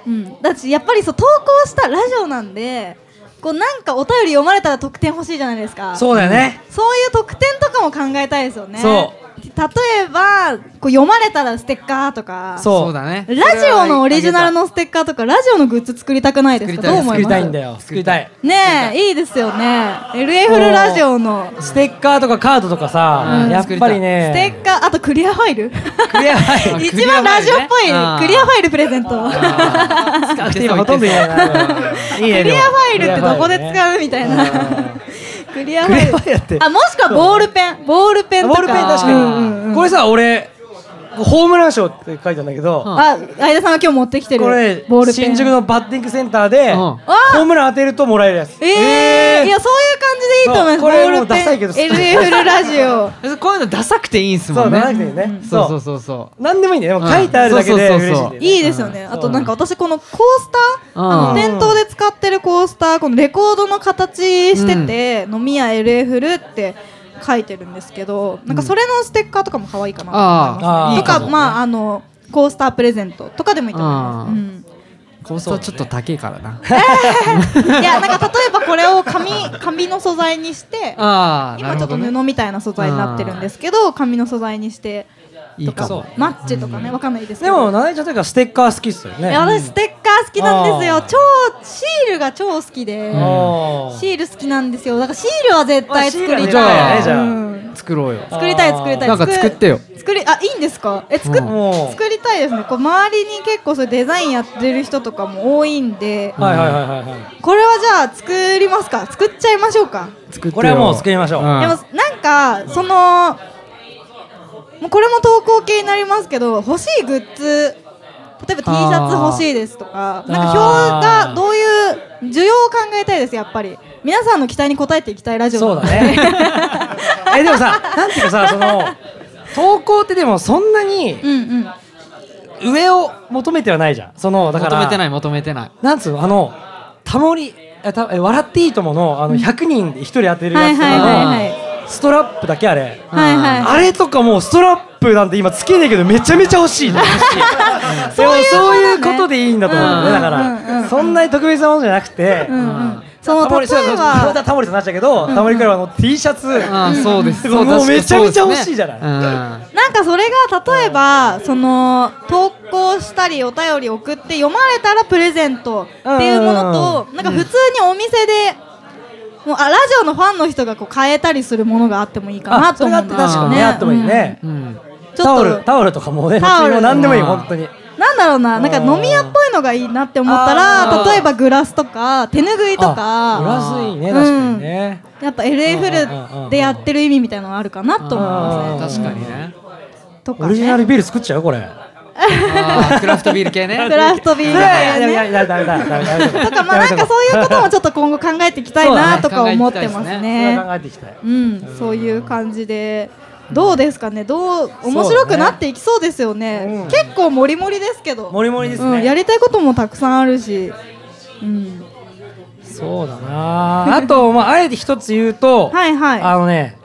[SPEAKER 1] うん。だってやっぱりそう投稿したラジオなんで、こうなんかお便り読まれたら得点欲しいじゃないですか。
[SPEAKER 4] そうだよね、
[SPEAKER 1] そういう特典とかも考えたいですよね。。
[SPEAKER 4] そう
[SPEAKER 1] 例えばこう読まれたらステッカーとか。
[SPEAKER 4] そう
[SPEAKER 2] だね
[SPEAKER 1] ラジオのオリジナルのステッカーとかラジオのグッズ作りたくないですか。
[SPEAKER 2] 作りたい
[SPEAKER 1] どう
[SPEAKER 2] です
[SPEAKER 1] 思
[SPEAKER 4] 作
[SPEAKER 1] い
[SPEAKER 4] り
[SPEAKER 1] ます
[SPEAKER 4] たいんだよ作りたい
[SPEAKER 1] ねえいいですよね。LA フルラジオの
[SPEAKER 4] ステッカーとかカードとかさ、
[SPEAKER 2] うん
[SPEAKER 4] やっぱり
[SPEAKER 1] ステ
[SPEAKER 4] ね
[SPEAKER 1] ッカーあとクリアファイル
[SPEAKER 4] クリアファイ
[SPEAKER 2] あ
[SPEAKER 1] 一番ラジオっぽい
[SPEAKER 2] クリアファ
[SPEAKER 1] ク
[SPEAKER 2] イルね
[SPEAKER 1] リアファイルプレゼント
[SPEAKER 4] ル使って今ほとんど言えないいいね
[SPEAKER 1] クリアファイルってどこで
[SPEAKER 4] う
[SPEAKER 1] 使うみたいなクリアフ
[SPEAKER 4] クリアフ
[SPEAKER 1] ァ
[SPEAKER 4] ァイルって
[SPEAKER 1] イルあもしくはボールペンボールペンと
[SPEAKER 4] ボ
[SPEAKER 1] か
[SPEAKER 4] ールペン確
[SPEAKER 2] うん
[SPEAKER 4] かにこれさ俺ホームラン賞って書いたんだけど
[SPEAKER 1] あ相田さんが今日持ってきてる
[SPEAKER 4] これ
[SPEAKER 1] ボールペン
[SPEAKER 4] 新宿のバッティングセンターで
[SPEAKER 2] うん
[SPEAKER 4] ホームラン当てるともらえるやつ
[SPEAKER 1] ええいやそういう感じでいいと思います
[SPEAKER 4] そうこれもう
[SPEAKER 1] ボ
[SPEAKER 4] ダサ
[SPEAKER 1] ー
[SPEAKER 4] いけ
[SPEAKER 1] ル
[SPEAKER 4] ど
[SPEAKER 1] ペン LF ルラジオ
[SPEAKER 2] こういうのダサくていいん
[SPEAKER 4] そ
[SPEAKER 2] すも
[SPEAKER 4] うん
[SPEAKER 2] ね
[SPEAKER 4] なくていいね
[SPEAKER 2] そうそう
[SPEAKER 4] そ
[SPEAKER 2] そうそう
[SPEAKER 4] うなんでもいいねでも書いてあるだけで
[SPEAKER 2] うん
[SPEAKER 4] 嬉しい
[SPEAKER 2] そうそう
[SPEAKER 4] ん
[SPEAKER 2] そう
[SPEAKER 4] だよね
[SPEAKER 1] いいですよねあとなんか私このコースター
[SPEAKER 2] うん
[SPEAKER 1] あの店頭で使ってるコースターこのレコードの形してて飲み屋 LF ルって書いてるんですけどなんかそれのステッカーとかも可愛いかなと思います
[SPEAKER 4] あーあー
[SPEAKER 1] とか
[SPEAKER 4] いいかもね
[SPEAKER 1] まああのコースタープレゼントとかでもいいと思います、
[SPEAKER 2] う
[SPEAKER 1] うん、
[SPEAKER 2] コースターちょっと高いからな
[SPEAKER 1] いやなんか例えばこれを紙紙の素材にして
[SPEAKER 2] ああ
[SPEAKER 1] 今
[SPEAKER 2] なる
[SPEAKER 1] ちょ
[SPEAKER 2] ほ
[SPEAKER 1] っと
[SPEAKER 2] どね
[SPEAKER 1] 布みたいな素材になってるんですけど紙の素材にして
[SPEAKER 2] いいかも
[SPEAKER 1] マッチとかねわかんないですけ
[SPEAKER 4] で
[SPEAKER 1] ど
[SPEAKER 4] も七井ちゃんというかステッカー好きっすよ
[SPEAKER 1] い
[SPEAKER 4] ね
[SPEAKER 1] や私ステッカー好きなんです
[SPEAKER 4] あ
[SPEAKER 1] よ
[SPEAKER 4] ー
[SPEAKER 1] 超シールが超好きで
[SPEAKER 4] あー
[SPEAKER 1] シール好きなんですよだからシールは絶対作り
[SPEAKER 4] じゃ
[SPEAKER 1] た
[SPEAKER 4] あ
[SPEAKER 1] い
[SPEAKER 4] じゃ
[SPEAKER 1] う
[SPEAKER 4] あ
[SPEAKER 1] ん
[SPEAKER 2] 作ろうよ
[SPEAKER 1] 作りたい作りたい
[SPEAKER 2] なんか作ってよ
[SPEAKER 1] 作りあいいんですかえ作っ
[SPEAKER 2] うん
[SPEAKER 4] もう
[SPEAKER 1] 作りたいですねこう周りに結構そういうデザインやってる人とかも多いんで
[SPEAKER 4] はいはいはいはいはい
[SPEAKER 1] これはじゃあ作りますか作っちゃいましょうか
[SPEAKER 2] 作ってよ
[SPEAKER 4] これはもう作りましょう
[SPEAKER 1] でもなんかそのもうこれも投稿系になりますけど欲しいグッズ例えば T シャツ欲しいですとか
[SPEAKER 4] ー
[SPEAKER 1] なんか表がどういう需要を考えたいですやっぱり皆さんの期待に応えていきたいラジオ
[SPEAKER 4] そうだね えでもさなんていうかさその投稿ってでもそんなに
[SPEAKER 1] うんうんあ
[SPEAKER 4] 上を求めてはないじゃんそのだから
[SPEAKER 2] 求めてない求めてない
[SPEAKER 4] なんつうのあのタモリえたえ笑っていいとものあの100人で1人当てる
[SPEAKER 1] は
[SPEAKER 4] や
[SPEAKER 1] い
[SPEAKER 4] つ
[SPEAKER 1] はいはいはい
[SPEAKER 4] ストラップだけあれ、
[SPEAKER 1] はいはい
[SPEAKER 4] あれとかもうストラップなんて今つけねえけどめちゃめちゃ欲しいねそういうそういうことでいいんだと思うんだよねだから、
[SPEAKER 1] うんうんうん
[SPEAKER 4] そんなに特別なものじゃなくて、
[SPEAKER 1] うんうんそ
[SPEAKER 4] タモ
[SPEAKER 1] の例
[SPEAKER 4] リそう
[SPEAKER 1] え
[SPEAKER 4] そうそう
[SPEAKER 1] ば
[SPEAKER 4] だタモリとなっちゃうけど、タモリクラブの T シャツ、
[SPEAKER 2] あーそうです
[SPEAKER 4] うん
[SPEAKER 2] そ
[SPEAKER 4] もう
[SPEAKER 2] 確かに
[SPEAKER 4] めちゃめちゃ
[SPEAKER 2] そうで
[SPEAKER 4] 欲
[SPEAKER 2] すね
[SPEAKER 4] しいじゃない
[SPEAKER 2] うん
[SPEAKER 1] なんかそれが例えばその投稿したりお便り送って読まれたらプレゼントっていうものとなんか普通にお店でもうあラジオのファンの人がこう変えたりするものがあってもいいかな
[SPEAKER 4] あ
[SPEAKER 1] と
[SPEAKER 4] それ
[SPEAKER 1] 思
[SPEAKER 4] が
[SPEAKER 1] う
[SPEAKER 4] あっ
[SPEAKER 1] ん
[SPEAKER 4] て
[SPEAKER 1] だ
[SPEAKER 4] 確かにね、
[SPEAKER 2] うん
[SPEAKER 4] あってもいいね、
[SPEAKER 2] うん
[SPEAKER 1] うんち
[SPEAKER 4] タオ
[SPEAKER 1] ょっ
[SPEAKER 4] ル
[SPEAKER 1] と
[SPEAKER 4] タオルとかもね別
[SPEAKER 1] タオル
[SPEAKER 4] にもう何でもいい
[SPEAKER 2] うん
[SPEAKER 4] 本当に
[SPEAKER 1] なんだろうななんか飲み屋っぽいのがいいなって思った
[SPEAKER 4] あ
[SPEAKER 1] ら
[SPEAKER 4] ー
[SPEAKER 1] 例えばグラスとか手ぬぐいと
[SPEAKER 4] グ
[SPEAKER 1] か
[SPEAKER 4] ラスいいね確かにね、
[SPEAKER 1] やっぱ LA フルでやってる意味みたいなのあるかなと思い
[SPEAKER 4] あ
[SPEAKER 1] ま
[SPEAKER 4] ー
[SPEAKER 2] 確かにね
[SPEAKER 1] すねとか
[SPEAKER 4] オリジナル
[SPEAKER 1] ね
[SPEAKER 4] ビール作っちゃうよこれ
[SPEAKER 2] あークラフトビール系 ね
[SPEAKER 1] クラフトビール
[SPEAKER 4] いやいやい
[SPEAKER 1] ね
[SPEAKER 4] やいやだめだめだめだめ
[SPEAKER 1] とかまあなんかそういうこともちょっと今後考えていきたいなとか思ってますね。
[SPEAKER 4] 考えていきたい
[SPEAKER 1] うん、そういう感じで。どうですかね、どう、面白くなっていきそうですよね。
[SPEAKER 4] うん
[SPEAKER 1] 結構もりもりですけど。
[SPEAKER 4] もりもりです
[SPEAKER 1] うん、や
[SPEAKER 4] ね、
[SPEAKER 1] りたいこともたくさんあるし。うん、
[SPEAKER 4] そうだなあとまああえて一つ言うと、
[SPEAKER 1] はいはい。
[SPEAKER 4] あのね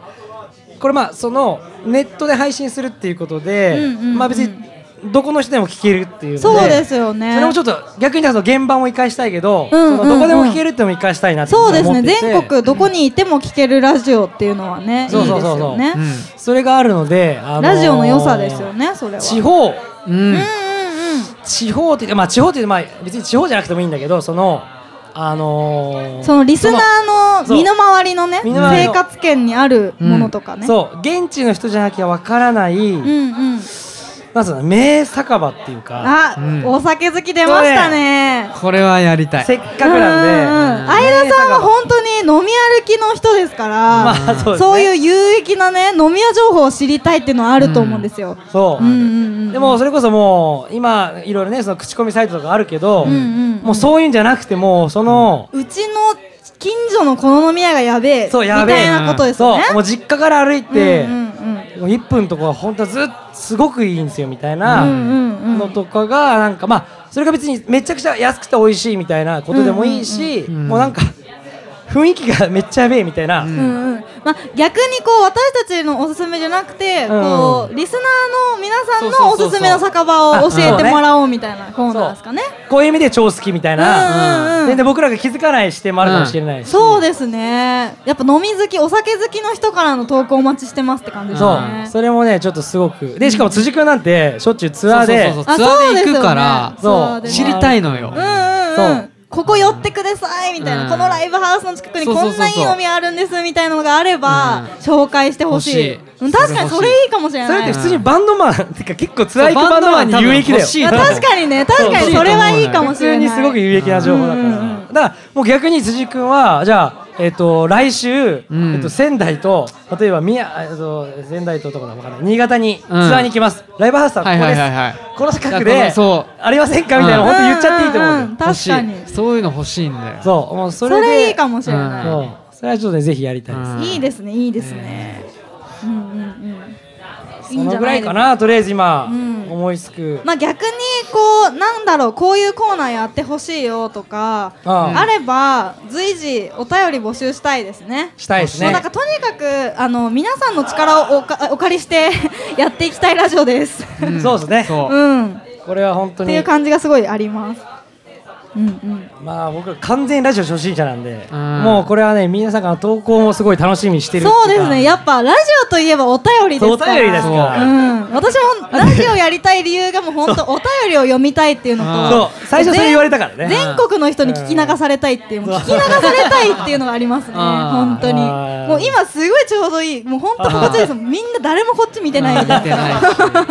[SPEAKER 4] これまあそのネットで配信するっていうことで、
[SPEAKER 1] うんうんうん
[SPEAKER 4] まあ別にどこの人でも聞けるっていうので
[SPEAKER 1] そうですよね。
[SPEAKER 4] それもちょっと逆にだと現場も生かしたいけど、
[SPEAKER 1] うんうんうん
[SPEAKER 4] そのどこでも聞けるっていうのも生かしたいなって
[SPEAKER 1] そうですね、
[SPEAKER 4] 思ってて
[SPEAKER 1] 全国どこにいても聞けるラジオっていうのはね、いい
[SPEAKER 4] そう
[SPEAKER 1] です
[SPEAKER 4] そうそうそう
[SPEAKER 1] よね
[SPEAKER 2] う。ん
[SPEAKER 4] それがあるので、あのー
[SPEAKER 1] ラジオの良さですよね、それは。
[SPEAKER 4] 地方
[SPEAKER 2] うん
[SPEAKER 1] うんうんうん。
[SPEAKER 4] 地方って言ってまあ地方って言ってまあ別に地方じゃなくてもいいんだけどそのあのー
[SPEAKER 1] そのリスナーの
[SPEAKER 4] その
[SPEAKER 1] 身の回りのね
[SPEAKER 4] 身の回り
[SPEAKER 1] 生
[SPEAKER 4] の
[SPEAKER 1] 活圏にあるものとかね、う
[SPEAKER 4] そう現地の人じゃなきゃわからない、
[SPEAKER 1] んうん
[SPEAKER 4] なんつうの名酒場っていうか
[SPEAKER 1] あ、
[SPEAKER 2] うん
[SPEAKER 1] お酒好き出ましたね
[SPEAKER 2] これはやりたい
[SPEAKER 4] せっかくなんで
[SPEAKER 1] 相田さんは
[SPEAKER 4] ほん
[SPEAKER 1] 本当に飲み歩きの人ですから、
[SPEAKER 4] まあそうですね
[SPEAKER 1] いう有益なね飲み屋情報を知りたいっていうのはあると思うんですよ、
[SPEAKER 4] そう、
[SPEAKER 1] うんうんうん
[SPEAKER 4] でもそれこそもう今いろいろねその口コミサイトとかあるけど、
[SPEAKER 1] んうんうん
[SPEAKER 4] もうそういうんじゃなくてもうその、
[SPEAKER 1] うちの近所のこの飲み屋がやべえ
[SPEAKER 4] そうやべえ
[SPEAKER 1] みたいなことです
[SPEAKER 4] そ
[SPEAKER 1] よね
[SPEAKER 4] うもう実家から歩いて、
[SPEAKER 1] うんうん
[SPEAKER 4] もう1分とか本当はずっとすごくいいんですよみたいな
[SPEAKER 1] うんうんうん
[SPEAKER 4] のとかがなんかまあそれが別にめちゃくちゃ安くて美味しいみたいなことでもいいし、
[SPEAKER 2] んうん
[SPEAKER 4] もうなんか雰囲気がめっちゃやべえみたいな、
[SPEAKER 2] ん
[SPEAKER 1] うんうんまあ、逆にこう私たちのおすすめじゃなくて、
[SPEAKER 4] うん
[SPEAKER 1] こうリスナーの皆さんの
[SPEAKER 2] そ
[SPEAKER 1] お
[SPEAKER 2] うそうそうそう
[SPEAKER 1] すすめの酒場を教えてもらおうみたいなコーナーですかね。
[SPEAKER 4] こういう意味で超好きみたい
[SPEAKER 1] うんうんう
[SPEAKER 4] な、
[SPEAKER 1] ん
[SPEAKER 4] 全然僕らが気づかない視点もあるかもしれないし、
[SPEAKER 1] そうですね。やっぱ飲み好き、お酒好きの人からの投稿お待ちしてますって感じです
[SPEAKER 4] そう
[SPEAKER 1] ね。
[SPEAKER 4] それもねちょっとすごくでしかも辻君なんてしょっちゅうツアーで
[SPEAKER 2] そうそうそう
[SPEAKER 1] あ
[SPEAKER 2] ツアーで
[SPEAKER 1] そうすよ
[SPEAKER 2] 行
[SPEAKER 1] ね
[SPEAKER 2] くから
[SPEAKER 1] ツアーでね
[SPEAKER 2] 知りたいのよ
[SPEAKER 1] うんうんうん
[SPEAKER 4] そう
[SPEAKER 1] ここ寄ってくださいみたいな、
[SPEAKER 2] うん
[SPEAKER 1] このライブハウスの近くに
[SPEAKER 2] そう
[SPEAKER 1] こ
[SPEAKER 2] そうんそう
[SPEAKER 1] ないい
[SPEAKER 2] そう
[SPEAKER 1] 飲みあるんですみたいなのがあれば、
[SPEAKER 2] うん
[SPEAKER 1] 紹介してほしい
[SPEAKER 2] 欲しい
[SPEAKER 1] うん確かにそれいいかもしれ
[SPEAKER 4] それっ
[SPEAKER 1] な
[SPEAKER 4] て
[SPEAKER 1] い
[SPEAKER 4] 普通にバンドマンってか結構ツアー行く
[SPEAKER 2] そう
[SPEAKER 4] バンドマンに
[SPEAKER 2] バンドマ
[SPEAKER 4] 有
[SPEAKER 2] ン
[SPEAKER 4] 益
[SPEAKER 2] 多分
[SPEAKER 4] だよ
[SPEAKER 2] 欲しい
[SPEAKER 1] あ 確かにね確かにそれはいいかも
[SPEAKER 4] 普
[SPEAKER 1] しれ
[SPEAKER 4] 通
[SPEAKER 1] ない
[SPEAKER 4] にすごく有益な情報だから、
[SPEAKER 1] うんうん
[SPEAKER 4] だからもう逆に辻君はじゃあ、えっと来週、
[SPEAKER 2] うん
[SPEAKER 4] えっと仙台と例えば宮、えっと仙台ととかなのかな新潟にツアーに行きます、ライブハウスはここ
[SPEAKER 2] は
[SPEAKER 4] で
[SPEAKER 2] い
[SPEAKER 4] す、
[SPEAKER 2] はいはいはい
[SPEAKER 4] この近く
[SPEAKER 2] いやこ
[SPEAKER 4] で
[SPEAKER 2] のそう
[SPEAKER 4] ありませんかみたいな、
[SPEAKER 2] うん
[SPEAKER 4] 本当言っちゃっていいと思う,、
[SPEAKER 1] んんん確かに
[SPEAKER 2] そういうの欲しいんだよ
[SPEAKER 4] そうもうそ
[SPEAKER 1] そ
[SPEAKER 4] れで
[SPEAKER 1] れいいかもしれない、
[SPEAKER 2] うん
[SPEAKER 4] そうそれはちょっとねぜひやりたいです、
[SPEAKER 2] うん
[SPEAKER 1] いいですね、いいですね。うんうんうん。いい
[SPEAKER 4] そ
[SPEAKER 1] んじゃ
[SPEAKER 4] のぐら
[SPEAKER 1] ないいです
[SPEAKER 4] かなとりあえず今、
[SPEAKER 1] うん
[SPEAKER 4] 思いつく、
[SPEAKER 1] まあ逆にこうなんだろうこういうコーナーやってほしいよとか
[SPEAKER 4] あ
[SPEAKER 1] あれば随時お便り募集したいですね。
[SPEAKER 4] したいです
[SPEAKER 1] もう
[SPEAKER 4] ね
[SPEAKER 1] なんかとにかくあの皆さんの力をおかお借りして やっていきたいラジオ です。
[SPEAKER 2] ん
[SPEAKER 4] そうですね
[SPEAKER 2] そう
[SPEAKER 1] うん。っ
[SPEAKER 4] これは本当
[SPEAKER 1] てい
[SPEAKER 4] に
[SPEAKER 1] う感じがすごいあります。うんうん。
[SPEAKER 4] まあ僕は完全にラジオ初心者なんで、
[SPEAKER 2] うん
[SPEAKER 4] もうこれはね皆さんからの投稿もすごい楽しみにしてるってい
[SPEAKER 1] そうですね。
[SPEAKER 4] や
[SPEAKER 1] やっぱラジオといえばお便りですから。
[SPEAKER 4] お便りですから
[SPEAKER 1] うん。私もラジオやりたい理由がもう本当お便りを読みたいっていうの
[SPEAKER 2] あ
[SPEAKER 1] と、
[SPEAKER 4] そう最初それ言われたからね
[SPEAKER 1] 全国の人に聞き流されたいっていう、もう聞き流されたいっていうのがありますね、
[SPEAKER 2] あ
[SPEAKER 1] 本
[SPEAKER 2] ー
[SPEAKER 1] 当に。
[SPEAKER 4] あー
[SPEAKER 1] もう今すごいちょうどいい、もう本当心地いいです。みんな誰もこっち見てないみた
[SPEAKER 2] 見
[SPEAKER 1] い
[SPEAKER 2] て
[SPEAKER 1] な。
[SPEAKER 2] ないし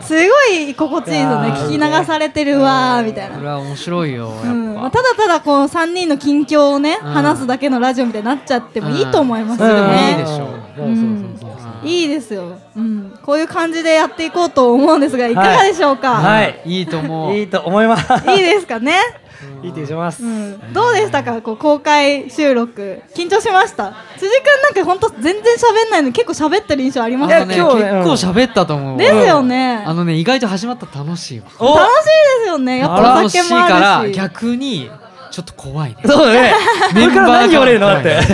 [SPEAKER 1] すごい心地いいですよね、
[SPEAKER 4] いやー
[SPEAKER 1] 聞き流されてるわーみたい
[SPEAKER 2] こ
[SPEAKER 1] な。
[SPEAKER 2] れは面白いよやっぱ、
[SPEAKER 1] うんまあ、ただただこの3人の近況をね、
[SPEAKER 2] うん
[SPEAKER 1] 話すだけのラジオみたいになっちゃってもいいと思います
[SPEAKER 2] うんそれ
[SPEAKER 1] よ
[SPEAKER 2] でもいい
[SPEAKER 1] ね
[SPEAKER 2] で。しょ
[SPEAKER 4] うんそうそうそうそう
[SPEAKER 1] いいですよ、うん、こういう感じでやっていこうと思うんですがいかがでしょうか、
[SPEAKER 4] はい
[SPEAKER 2] いいと思う
[SPEAKER 4] いいと思います
[SPEAKER 1] いいですかね
[SPEAKER 4] いいとします、
[SPEAKER 1] うん、どうでしたかこう公開収録緊張しました辻君なんか本当全然喋んないのに結構喋ってる印象ありま
[SPEAKER 2] あ
[SPEAKER 1] す
[SPEAKER 2] の
[SPEAKER 1] よ
[SPEAKER 2] ね
[SPEAKER 1] ね
[SPEAKER 4] いや今日ね
[SPEAKER 2] 結構喋ったと思う
[SPEAKER 1] ですよね、
[SPEAKER 2] あのね意外と始まったら楽しいわ
[SPEAKER 4] お
[SPEAKER 1] 楽しいですよねやっぱお
[SPEAKER 2] 楽しい
[SPEAKER 1] 酒
[SPEAKER 2] か
[SPEAKER 1] もあ
[SPEAKER 2] ら
[SPEAKER 1] るし
[SPEAKER 2] 逆にちょっと怖いね
[SPEAKER 4] そうだねこれから何言われるのだって
[SPEAKER 2] て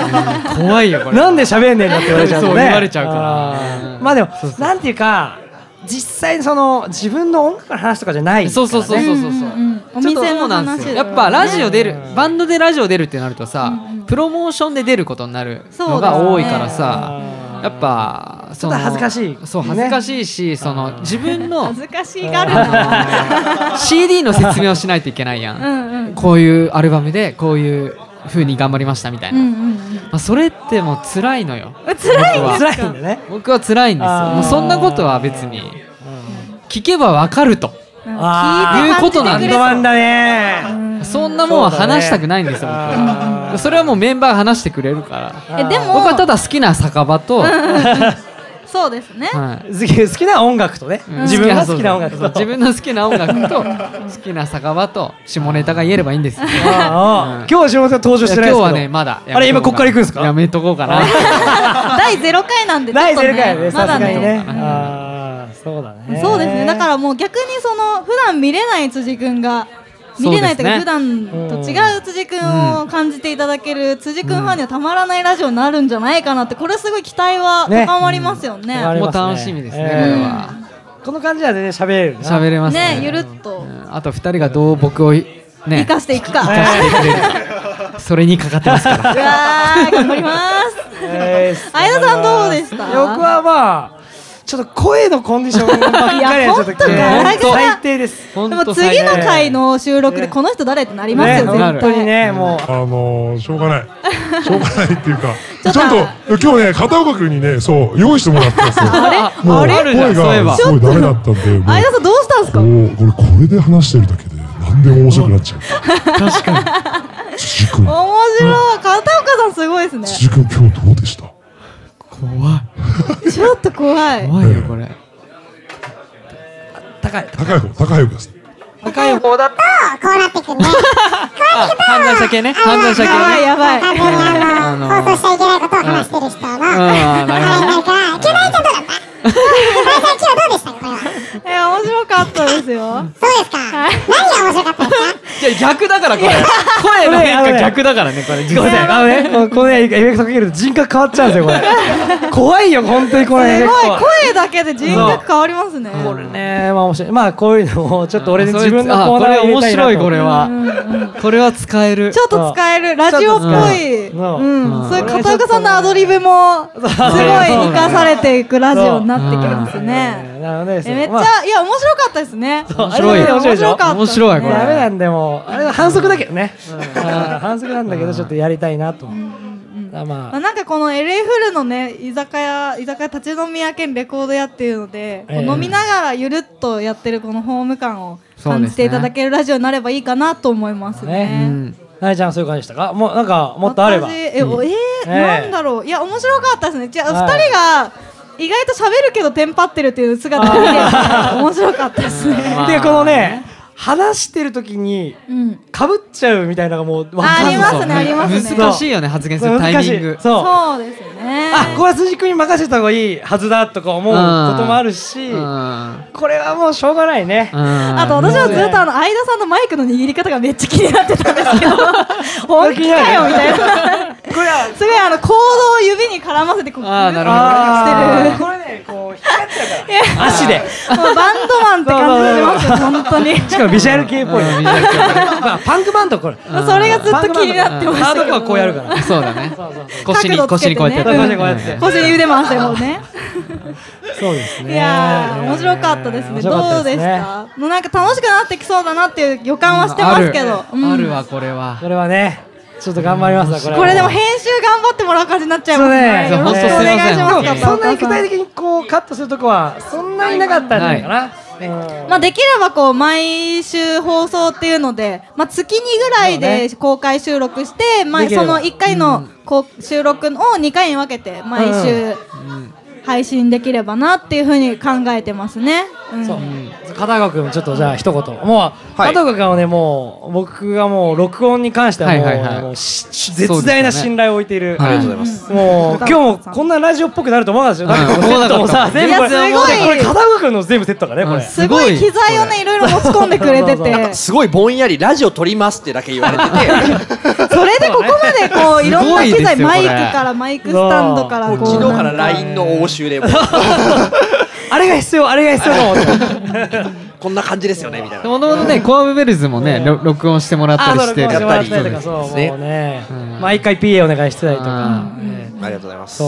[SPEAKER 2] 怖いよこれ
[SPEAKER 4] なんで喋んねえのって言われちゃう
[SPEAKER 2] そ
[SPEAKER 4] と
[SPEAKER 2] う
[SPEAKER 4] ね
[SPEAKER 2] 言われちゃうから
[SPEAKER 4] あーまあでも
[SPEAKER 2] そうそう
[SPEAKER 4] なんていうか実際にその自分の音楽の話とかじゃない
[SPEAKER 2] そうそうそうそうそうそう
[SPEAKER 1] うんうんうんお店の話だよね
[SPEAKER 2] やっぱラジオ出る
[SPEAKER 4] うん
[SPEAKER 2] バンドでラジオ出るってなるとさ
[SPEAKER 1] うんうん
[SPEAKER 2] プロモーションで出ることになる
[SPEAKER 1] そう
[SPEAKER 2] の
[SPEAKER 1] です
[SPEAKER 2] が
[SPEAKER 1] ね
[SPEAKER 2] 多いからさ
[SPEAKER 4] あー
[SPEAKER 2] やっぱその
[SPEAKER 4] ちょっと恥ずかしい
[SPEAKER 2] そう
[SPEAKER 4] ね
[SPEAKER 2] 恥ずかしいしその自分の
[SPEAKER 1] 恥ずかしがるな
[SPEAKER 2] CD の説明をしないといけないや
[SPEAKER 1] うんんうん
[SPEAKER 2] こういうアルバムでこういう風に頑張りましたみたいうなま
[SPEAKER 1] んうんうん
[SPEAKER 2] あそれってもう辛いのよ
[SPEAKER 1] 辛いんですか
[SPEAKER 4] 辛いんだね
[SPEAKER 2] 僕は辛いんですよ
[SPEAKER 4] あー
[SPEAKER 2] もうそんなことは別に聞けばわかると
[SPEAKER 1] うん
[SPEAKER 4] あー
[SPEAKER 1] 聞いて感じてくれ
[SPEAKER 4] バン
[SPEAKER 2] なんだ
[SPEAKER 4] ドマンだ
[SPEAKER 1] う
[SPEAKER 4] ね
[SPEAKER 1] ん
[SPEAKER 2] そんなもんは話したくないんです
[SPEAKER 4] そ
[SPEAKER 2] よ、
[SPEAKER 4] うだね
[SPEAKER 2] 僕は。それはもうメンバーが話してくれるから。
[SPEAKER 1] えでも
[SPEAKER 2] 僕はただ好きな酒場と、
[SPEAKER 1] そうですね
[SPEAKER 2] はい
[SPEAKER 4] 好き好きな音楽とね、
[SPEAKER 2] うん
[SPEAKER 4] 自分が好きな音楽
[SPEAKER 2] そう
[SPEAKER 4] と
[SPEAKER 2] 自分の好きな音楽と、好きな酒場と、下ネタが言えればいいんです
[SPEAKER 4] あ
[SPEAKER 2] よ。
[SPEAKER 4] ーあー今
[SPEAKER 2] うん
[SPEAKER 4] 日は島本さん登場して
[SPEAKER 2] 今
[SPEAKER 4] ないです
[SPEAKER 2] 日
[SPEAKER 4] けど
[SPEAKER 2] はね、まだ。
[SPEAKER 4] あれ今こっから行くんですか
[SPEAKER 2] やめとこうかな。
[SPEAKER 1] 第ゼロ回なんでちょっ
[SPEAKER 4] ない
[SPEAKER 1] と
[SPEAKER 4] ゼルかやね
[SPEAKER 1] ま
[SPEAKER 4] さ
[SPEAKER 1] だ
[SPEAKER 4] すがにね
[SPEAKER 1] うん
[SPEAKER 4] ああそうだね
[SPEAKER 1] そうですねだからもう逆にその普段見れない辻君が見れないというか普段と違う辻君を感じていただける辻君ファンにはたまらないラジオになるんじゃないかなってこれすごい期待は
[SPEAKER 4] ね
[SPEAKER 1] 高まりますよ
[SPEAKER 4] うん高ま
[SPEAKER 1] ね。
[SPEAKER 4] りま
[SPEAKER 2] もう
[SPEAKER 4] すね
[SPEAKER 2] 楽しみですね、
[SPEAKER 4] え
[SPEAKER 2] こ
[SPEAKER 4] ー
[SPEAKER 2] れは。
[SPEAKER 4] この感じは全然喋れるな
[SPEAKER 2] 喋れますね。
[SPEAKER 1] ねゆるっと
[SPEAKER 2] うんあと二人がどう僕を、ね、
[SPEAKER 1] 生かしていくか。うわ
[SPEAKER 2] それにかかってますから。
[SPEAKER 1] ー頑張り ます。
[SPEAKER 4] えー
[SPEAKER 1] 相田さんどうでした
[SPEAKER 4] 僕はまあちょっと声のコンディションばっかりはちょっと
[SPEAKER 1] いや本当だ
[SPEAKER 4] 最低です
[SPEAKER 2] ほん
[SPEAKER 1] で
[SPEAKER 2] と
[SPEAKER 1] も
[SPEAKER 2] 最
[SPEAKER 1] 次
[SPEAKER 2] 悪
[SPEAKER 1] の回の収録でこの人誰ってなりますよ
[SPEAKER 2] ね
[SPEAKER 1] 絶
[SPEAKER 4] 本当に
[SPEAKER 1] 対。
[SPEAKER 4] ねもう
[SPEAKER 5] あのー、しょう がない。しょうがないっていうか、
[SPEAKER 1] ち
[SPEAKER 5] ち
[SPEAKER 1] ょ
[SPEAKER 5] ょ
[SPEAKER 1] っ
[SPEAKER 5] っ
[SPEAKER 1] と
[SPEAKER 5] と、今日ね、片岡君にね、そう、用意してもらったんですよ。も う
[SPEAKER 2] あれあるじゃん
[SPEAKER 5] 声
[SPEAKER 2] そういえば
[SPEAKER 5] がすごいダメだったんで、もう
[SPEAKER 1] 相田さんどうしたんですか。
[SPEAKER 5] こうこれ、これで話してるだけで、何でも面白くなっちゃう。
[SPEAKER 2] 確かに。
[SPEAKER 5] 辻君、
[SPEAKER 1] 面白い片岡さんすごいですね。
[SPEAKER 5] 辻君、今日どうでした
[SPEAKER 2] 怖い。
[SPEAKER 1] ちょっと怖い。
[SPEAKER 2] 怖いよ、これ。
[SPEAKER 4] 高い
[SPEAKER 5] 高い方、高い方です。
[SPEAKER 4] 高い方だった
[SPEAKER 6] こうなって くるね。
[SPEAKER 2] あ、犯罪者系ね。犯罪者
[SPEAKER 1] やばい
[SPEAKER 2] 系ね。
[SPEAKER 1] やばい。
[SPEAKER 6] 完全にあの、放送しちゃいけないことを話してる人の、
[SPEAKER 2] うん、
[SPEAKER 6] あ
[SPEAKER 2] あーな
[SPEAKER 6] れ
[SPEAKER 2] るほど。
[SPEAKER 6] なんか、今日何ちゃんどうだった今日どうでしたかこれは。 そうで
[SPEAKER 1] え面白かったですよ。
[SPEAKER 6] すか何が面白かったですか
[SPEAKER 2] いや逆だからこれ声の変化逆だからねこれ
[SPEAKER 4] ごめんなさいあのねこのこのねエフェクトかけると人格変わっちゃうんですよこれ 怖いよ本当にこれ
[SPEAKER 1] すごい声だけで人格変わりますね。
[SPEAKER 4] これねまあ面白いまあこういうのをちょっと俺に
[SPEAKER 2] そいつ
[SPEAKER 4] 自分の
[SPEAKER 2] あ
[SPEAKER 4] コー
[SPEAKER 2] こ
[SPEAKER 4] ナー
[SPEAKER 2] れ
[SPEAKER 4] を入れ
[SPEAKER 2] 面
[SPEAKER 4] たいな
[SPEAKER 2] 白いこれ
[SPEAKER 4] と
[SPEAKER 1] うん
[SPEAKER 2] は
[SPEAKER 1] うんうん
[SPEAKER 2] これは使える
[SPEAKER 1] ちょっと使えるラジオっぽい。
[SPEAKER 4] ちょっと使える
[SPEAKER 1] うん、
[SPEAKER 2] うん
[SPEAKER 1] そういう片岡さんのアドリブもすごい生かされていくラジオになってきますね。
[SPEAKER 4] うんなので
[SPEAKER 1] えめっち
[SPEAKER 4] まあ
[SPEAKER 1] ゃいや面白かったですね。
[SPEAKER 4] そう
[SPEAKER 2] 面白い
[SPEAKER 4] あれね面白いでしょ
[SPEAKER 1] 面白かった。
[SPEAKER 2] 面白いこれ
[SPEAKER 4] ダメなんでもうあれは反則だけどね、あー反則なんだけどちょっとやりたいなと、あま
[SPEAKER 1] まあ、
[SPEAKER 4] あ
[SPEAKER 1] なんかこの LA フルのね居酒屋居酒屋立ち飲み屋兼レコード屋っていうので、こう
[SPEAKER 4] ええ
[SPEAKER 1] 飲みながらゆるっとやってるこのホーム感を
[SPEAKER 2] そう
[SPEAKER 1] 感
[SPEAKER 2] ですね
[SPEAKER 1] じていただけるラジオになればいいかなと思いますね。
[SPEAKER 2] う
[SPEAKER 4] ね
[SPEAKER 2] ん
[SPEAKER 4] なえちゃんはそういう感じでしたかもうなんかもっとあれば
[SPEAKER 1] 私えおえー
[SPEAKER 4] ええ
[SPEAKER 1] なんだろういや面白かったですね。じゃあ
[SPEAKER 4] はい
[SPEAKER 1] 二人が意外と喋るけどテンパってるっていう姿が見れて 面白かったです ね。
[SPEAKER 2] ま あ
[SPEAKER 4] でこのね話してる時に
[SPEAKER 1] うん、
[SPEAKER 4] かぶっちゃうみたいなのがもう分
[SPEAKER 1] あ
[SPEAKER 4] か
[SPEAKER 1] り
[SPEAKER 4] る
[SPEAKER 1] ますねありますね
[SPEAKER 2] 難しいよね発言するタイミング
[SPEAKER 4] そう
[SPEAKER 1] そうですね。
[SPEAKER 4] あこれは辻君に任せた方がいいはずだとか思うこともあるし、
[SPEAKER 2] うん
[SPEAKER 4] これはもうしょうがないね、
[SPEAKER 1] あ
[SPEAKER 2] あ
[SPEAKER 1] と私はずっとあの相田さんのマイクの握り方がめっちゃ気になってたんですけ ど本気かよみたいな
[SPEAKER 4] これは
[SPEAKER 1] すごいあのコードを指に絡ませてこう
[SPEAKER 2] あーなるほど
[SPEAKER 1] グー
[SPEAKER 4] あー
[SPEAKER 1] グー
[SPEAKER 4] これねこう引っかかっちゃう
[SPEAKER 1] してる
[SPEAKER 4] から 足で
[SPEAKER 1] もうバンドマンって感じしますよ本当に
[SPEAKER 4] しかもビジュアル系っぽい、
[SPEAKER 2] うんビジュアル系
[SPEAKER 4] まあ、パンクバンドこれ
[SPEAKER 1] それがずっと気になってました
[SPEAKER 4] ハー
[SPEAKER 1] け
[SPEAKER 4] ド
[SPEAKER 1] ど
[SPEAKER 4] コアこうやるから
[SPEAKER 2] そうだね
[SPEAKER 4] そうそうそ
[SPEAKER 2] 腰に
[SPEAKER 1] 角度つけ
[SPEAKER 2] 腰
[SPEAKER 1] てね
[SPEAKER 2] にこうやっ
[SPEAKER 4] 腰に
[SPEAKER 2] て
[SPEAKER 4] こうやって
[SPEAKER 1] 腰に腕回してもうね
[SPEAKER 4] うそうですね
[SPEAKER 1] いやー面白かったですね
[SPEAKER 4] 面白か
[SPEAKER 1] ど
[SPEAKER 4] っ
[SPEAKER 1] うで
[SPEAKER 4] たで
[SPEAKER 1] し
[SPEAKER 4] すね
[SPEAKER 1] たもうなんか楽しくなってきそうだなっていう予感はしてますけど
[SPEAKER 2] あ
[SPEAKER 1] う
[SPEAKER 2] る
[SPEAKER 1] ん
[SPEAKER 2] あるわこれは
[SPEAKER 4] これはねちょっと頑張りますわこれは
[SPEAKER 1] これでも編集頑張ってもらう感じになっちゃい
[SPEAKER 4] そ
[SPEAKER 1] ます
[SPEAKER 4] う
[SPEAKER 1] ね
[SPEAKER 4] ね
[SPEAKER 1] よろしくお願いします
[SPEAKER 2] 本当すいません
[SPEAKER 4] そんなに具体的にこうカットするとこはそんなになかったんじゃないかなうん
[SPEAKER 1] まあ、できればこう毎週放送っていうので、まあ、月にぐらい
[SPEAKER 4] そう
[SPEAKER 1] で
[SPEAKER 4] ね
[SPEAKER 1] 公開収録して、まあ、
[SPEAKER 4] でき
[SPEAKER 1] そ
[SPEAKER 4] れば
[SPEAKER 1] の1回のこう収録を2回に分けて毎週配信できればなっていうふうに考えてますね。うん
[SPEAKER 4] そう片岡君ちょっとじゃあ一言もう、
[SPEAKER 7] はい
[SPEAKER 4] 片岡君はねもう僕がもう録音に関してはもう,、
[SPEAKER 2] はいはいはい
[SPEAKER 4] もうしし絶大な信頼を置いている、
[SPEAKER 2] はい
[SPEAKER 7] ありがとうございます。
[SPEAKER 4] もう今日もこんなラジオっぽくなると思わなかったですよ。だってこのセット もさ
[SPEAKER 2] うん
[SPEAKER 4] 全部これ
[SPEAKER 1] いやすごい
[SPEAKER 4] これ片岡君の全部セットだねこ
[SPEAKER 2] う
[SPEAKER 4] れ
[SPEAKER 2] ん。
[SPEAKER 1] すごい機材をねいろいろ持ち込んでくれてて
[SPEAKER 7] すごいぼんやりラジオ撮りますってだけ言わ れてて、
[SPEAKER 1] それでここまでこういろんな機材
[SPEAKER 2] すご
[SPEAKER 1] マイ
[SPEAKER 2] いですよこれ
[SPEAKER 1] クからマイクスタンドから
[SPEAKER 7] も
[SPEAKER 1] こ
[SPEAKER 7] う
[SPEAKER 1] う
[SPEAKER 7] 昨日か
[SPEAKER 1] な
[SPEAKER 7] ら
[SPEAKER 1] ん
[SPEAKER 7] LINE の応酬で もう
[SPEAKER 4] あれが必要あれが必要と思って。
[SPEAKER 7] こんな感じですよねみたいな。
[SPEAKER 2] もともとね、コアブベルズもね、ろ録音してもらったりして、
[SPEAKER 7] 録音
[SPEAKER 4] や
[SPEAKER 7] て
[SPEAKER 4] っ
[SPEAKER 7] もら
[SPEAKER 4] ぱ
[SPEAKER 7] っ
[SPEAKER 4] り
[SPEAKER 7] たり
[SPEAKER 4] と
[SPEAKER 7] と
[SPEAKER 4] か
[SPEAKER 7] か
[SPEAKER 4] そう
[SPEAKER 7] そう
[SPEAKER 4] もうね
[SPEAKER 2] うん
[SPEAKER 4] 毎回 PA お願いしてたりとか
[SPEAKER 2] う。
[SPEAKER 4] ええ
[SPEAKER 7] ありがとうございます。
[SPEAKER 4] そ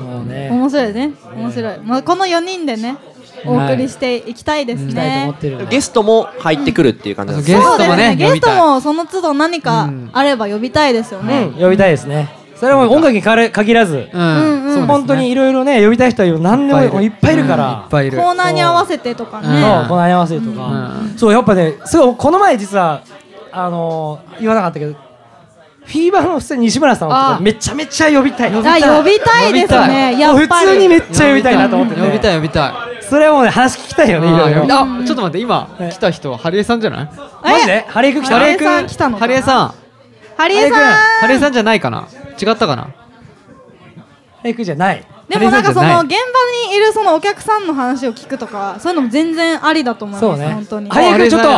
[SPEAKER 4] うもうね。
[SPEAKER 1] 面白いね面白いまあこの四人でねお送りしていきたいです
[SPEAKER 4] 行きたいと思
[SPEAKER 1] ね
[SPEAKER 4] ってるよね。
[SPEAKER 7] ゲストも入ってくるっていう感じなんです
[SPEAKER 2] ゲ
[SPEAKER 7] ね。
[SPEAKER 2] ス
[SPEAKER 1] そうです
[SPEAKER 2] トもね
[SPEAKER 1] ねゲ
[SPEAKER 2] 呼
[SPEAKER 1] ス
[SPEAKER 2] び
[SPEAKER 1] ト
[SPEAKER 2] たい
[SPEAKER 1] もその都度何か
[SPEAKER 2] うん
[SPEAKER 1] あれば呼びたいですよ
[SPEAKER 4] うん
[SPEAKER 1] ね
[SPEAKER 4] 呼びたいですね。それはもう音楽にかれ限らず。
[SPEAKER 1] うんうん
[SPEAKER 2] そうですね
[SPEAKER 4] 本当にいろいろね呼びたい人はいる何でもいるもういっぱいいるか
[SPEAKER 2] うんい
[SPEAKER 4] ら
[SPEAKER 2] っ。ぱいい
[SPEAKER 1] コ
[SPEAKER 2] る。
[SPEAKER 1] ーナーに合わせてとか
[SPEAKER 2] うん
[SPEAKER 1] ね
[SPEAKER 4] そうこの合わせとか、
[SPEAKER 2] うん
[SPEAKER 4] そうやっぱねそうこの前実はあのー言わなかったけどフィーバーの普通に西村さん
[SPEAKER 2] あ
[SPEAKER 4] を
[SPEAKER 2] ー
[SPEAKER 4] めちゃめちゃ呼びたい
[SPEAKER 1] あ呼びたいです
[SPEAKER 2] 呼びた
[SPEAKER 1] ねやっぱ
[SPEAKER 4] 普通にめっ
[SPEAKER 1] り
[SPEAKER 4] ちゃ呼びたいなと思ってて
[SPEAKER 2] 呼びたい呼びたい。
[SPEAKER 4] それはもうね話聞きたいよねいろい
[SPEAKER 2] あ
[SPEAKER 4] ろ
[SPEAKER 2] あ、ちょっと待って、今来た人はハリエさんじゃない？
[SPEAKER 4] マジでハリエ君来た
[SPEAKER 1] ハリエさん来たのか
[SPEAKER 2] ハ
[SPEAKER 1] な
[SPEAKER 2] リエさん、
[SPEAKER 1] ハリエ
[SPEAKER 2] ハ
[SPEAKER 1] さ
[SPEAKER 2] リエ
[SPEAKER 1] ん
[SPEAKER 2] さんじゃないかな？違ったかな？
[SPEAKER 4] ハリエ君じゃない
[SPEAKER 1] でもなんかそ
[SPEAKER 2] ハリエ
[SPEAKER 1] の
[SPEAKER 2] さん
[SPEAKER 1] 現場にいるそのお客さんの話を聞くとかそういうのも全然ありだと思い
[SPEAKER 4] そ
[SPEAKER 1] ま
[SPEAKER 4] う
[SPEAKER 1] す
[SPEAKER 4] ね
[SPEAKER 1] 本当に
[SPEAKER 4] ハリエ君
[SPEAKER 2] あ
[SPEAKER 4] ちょっと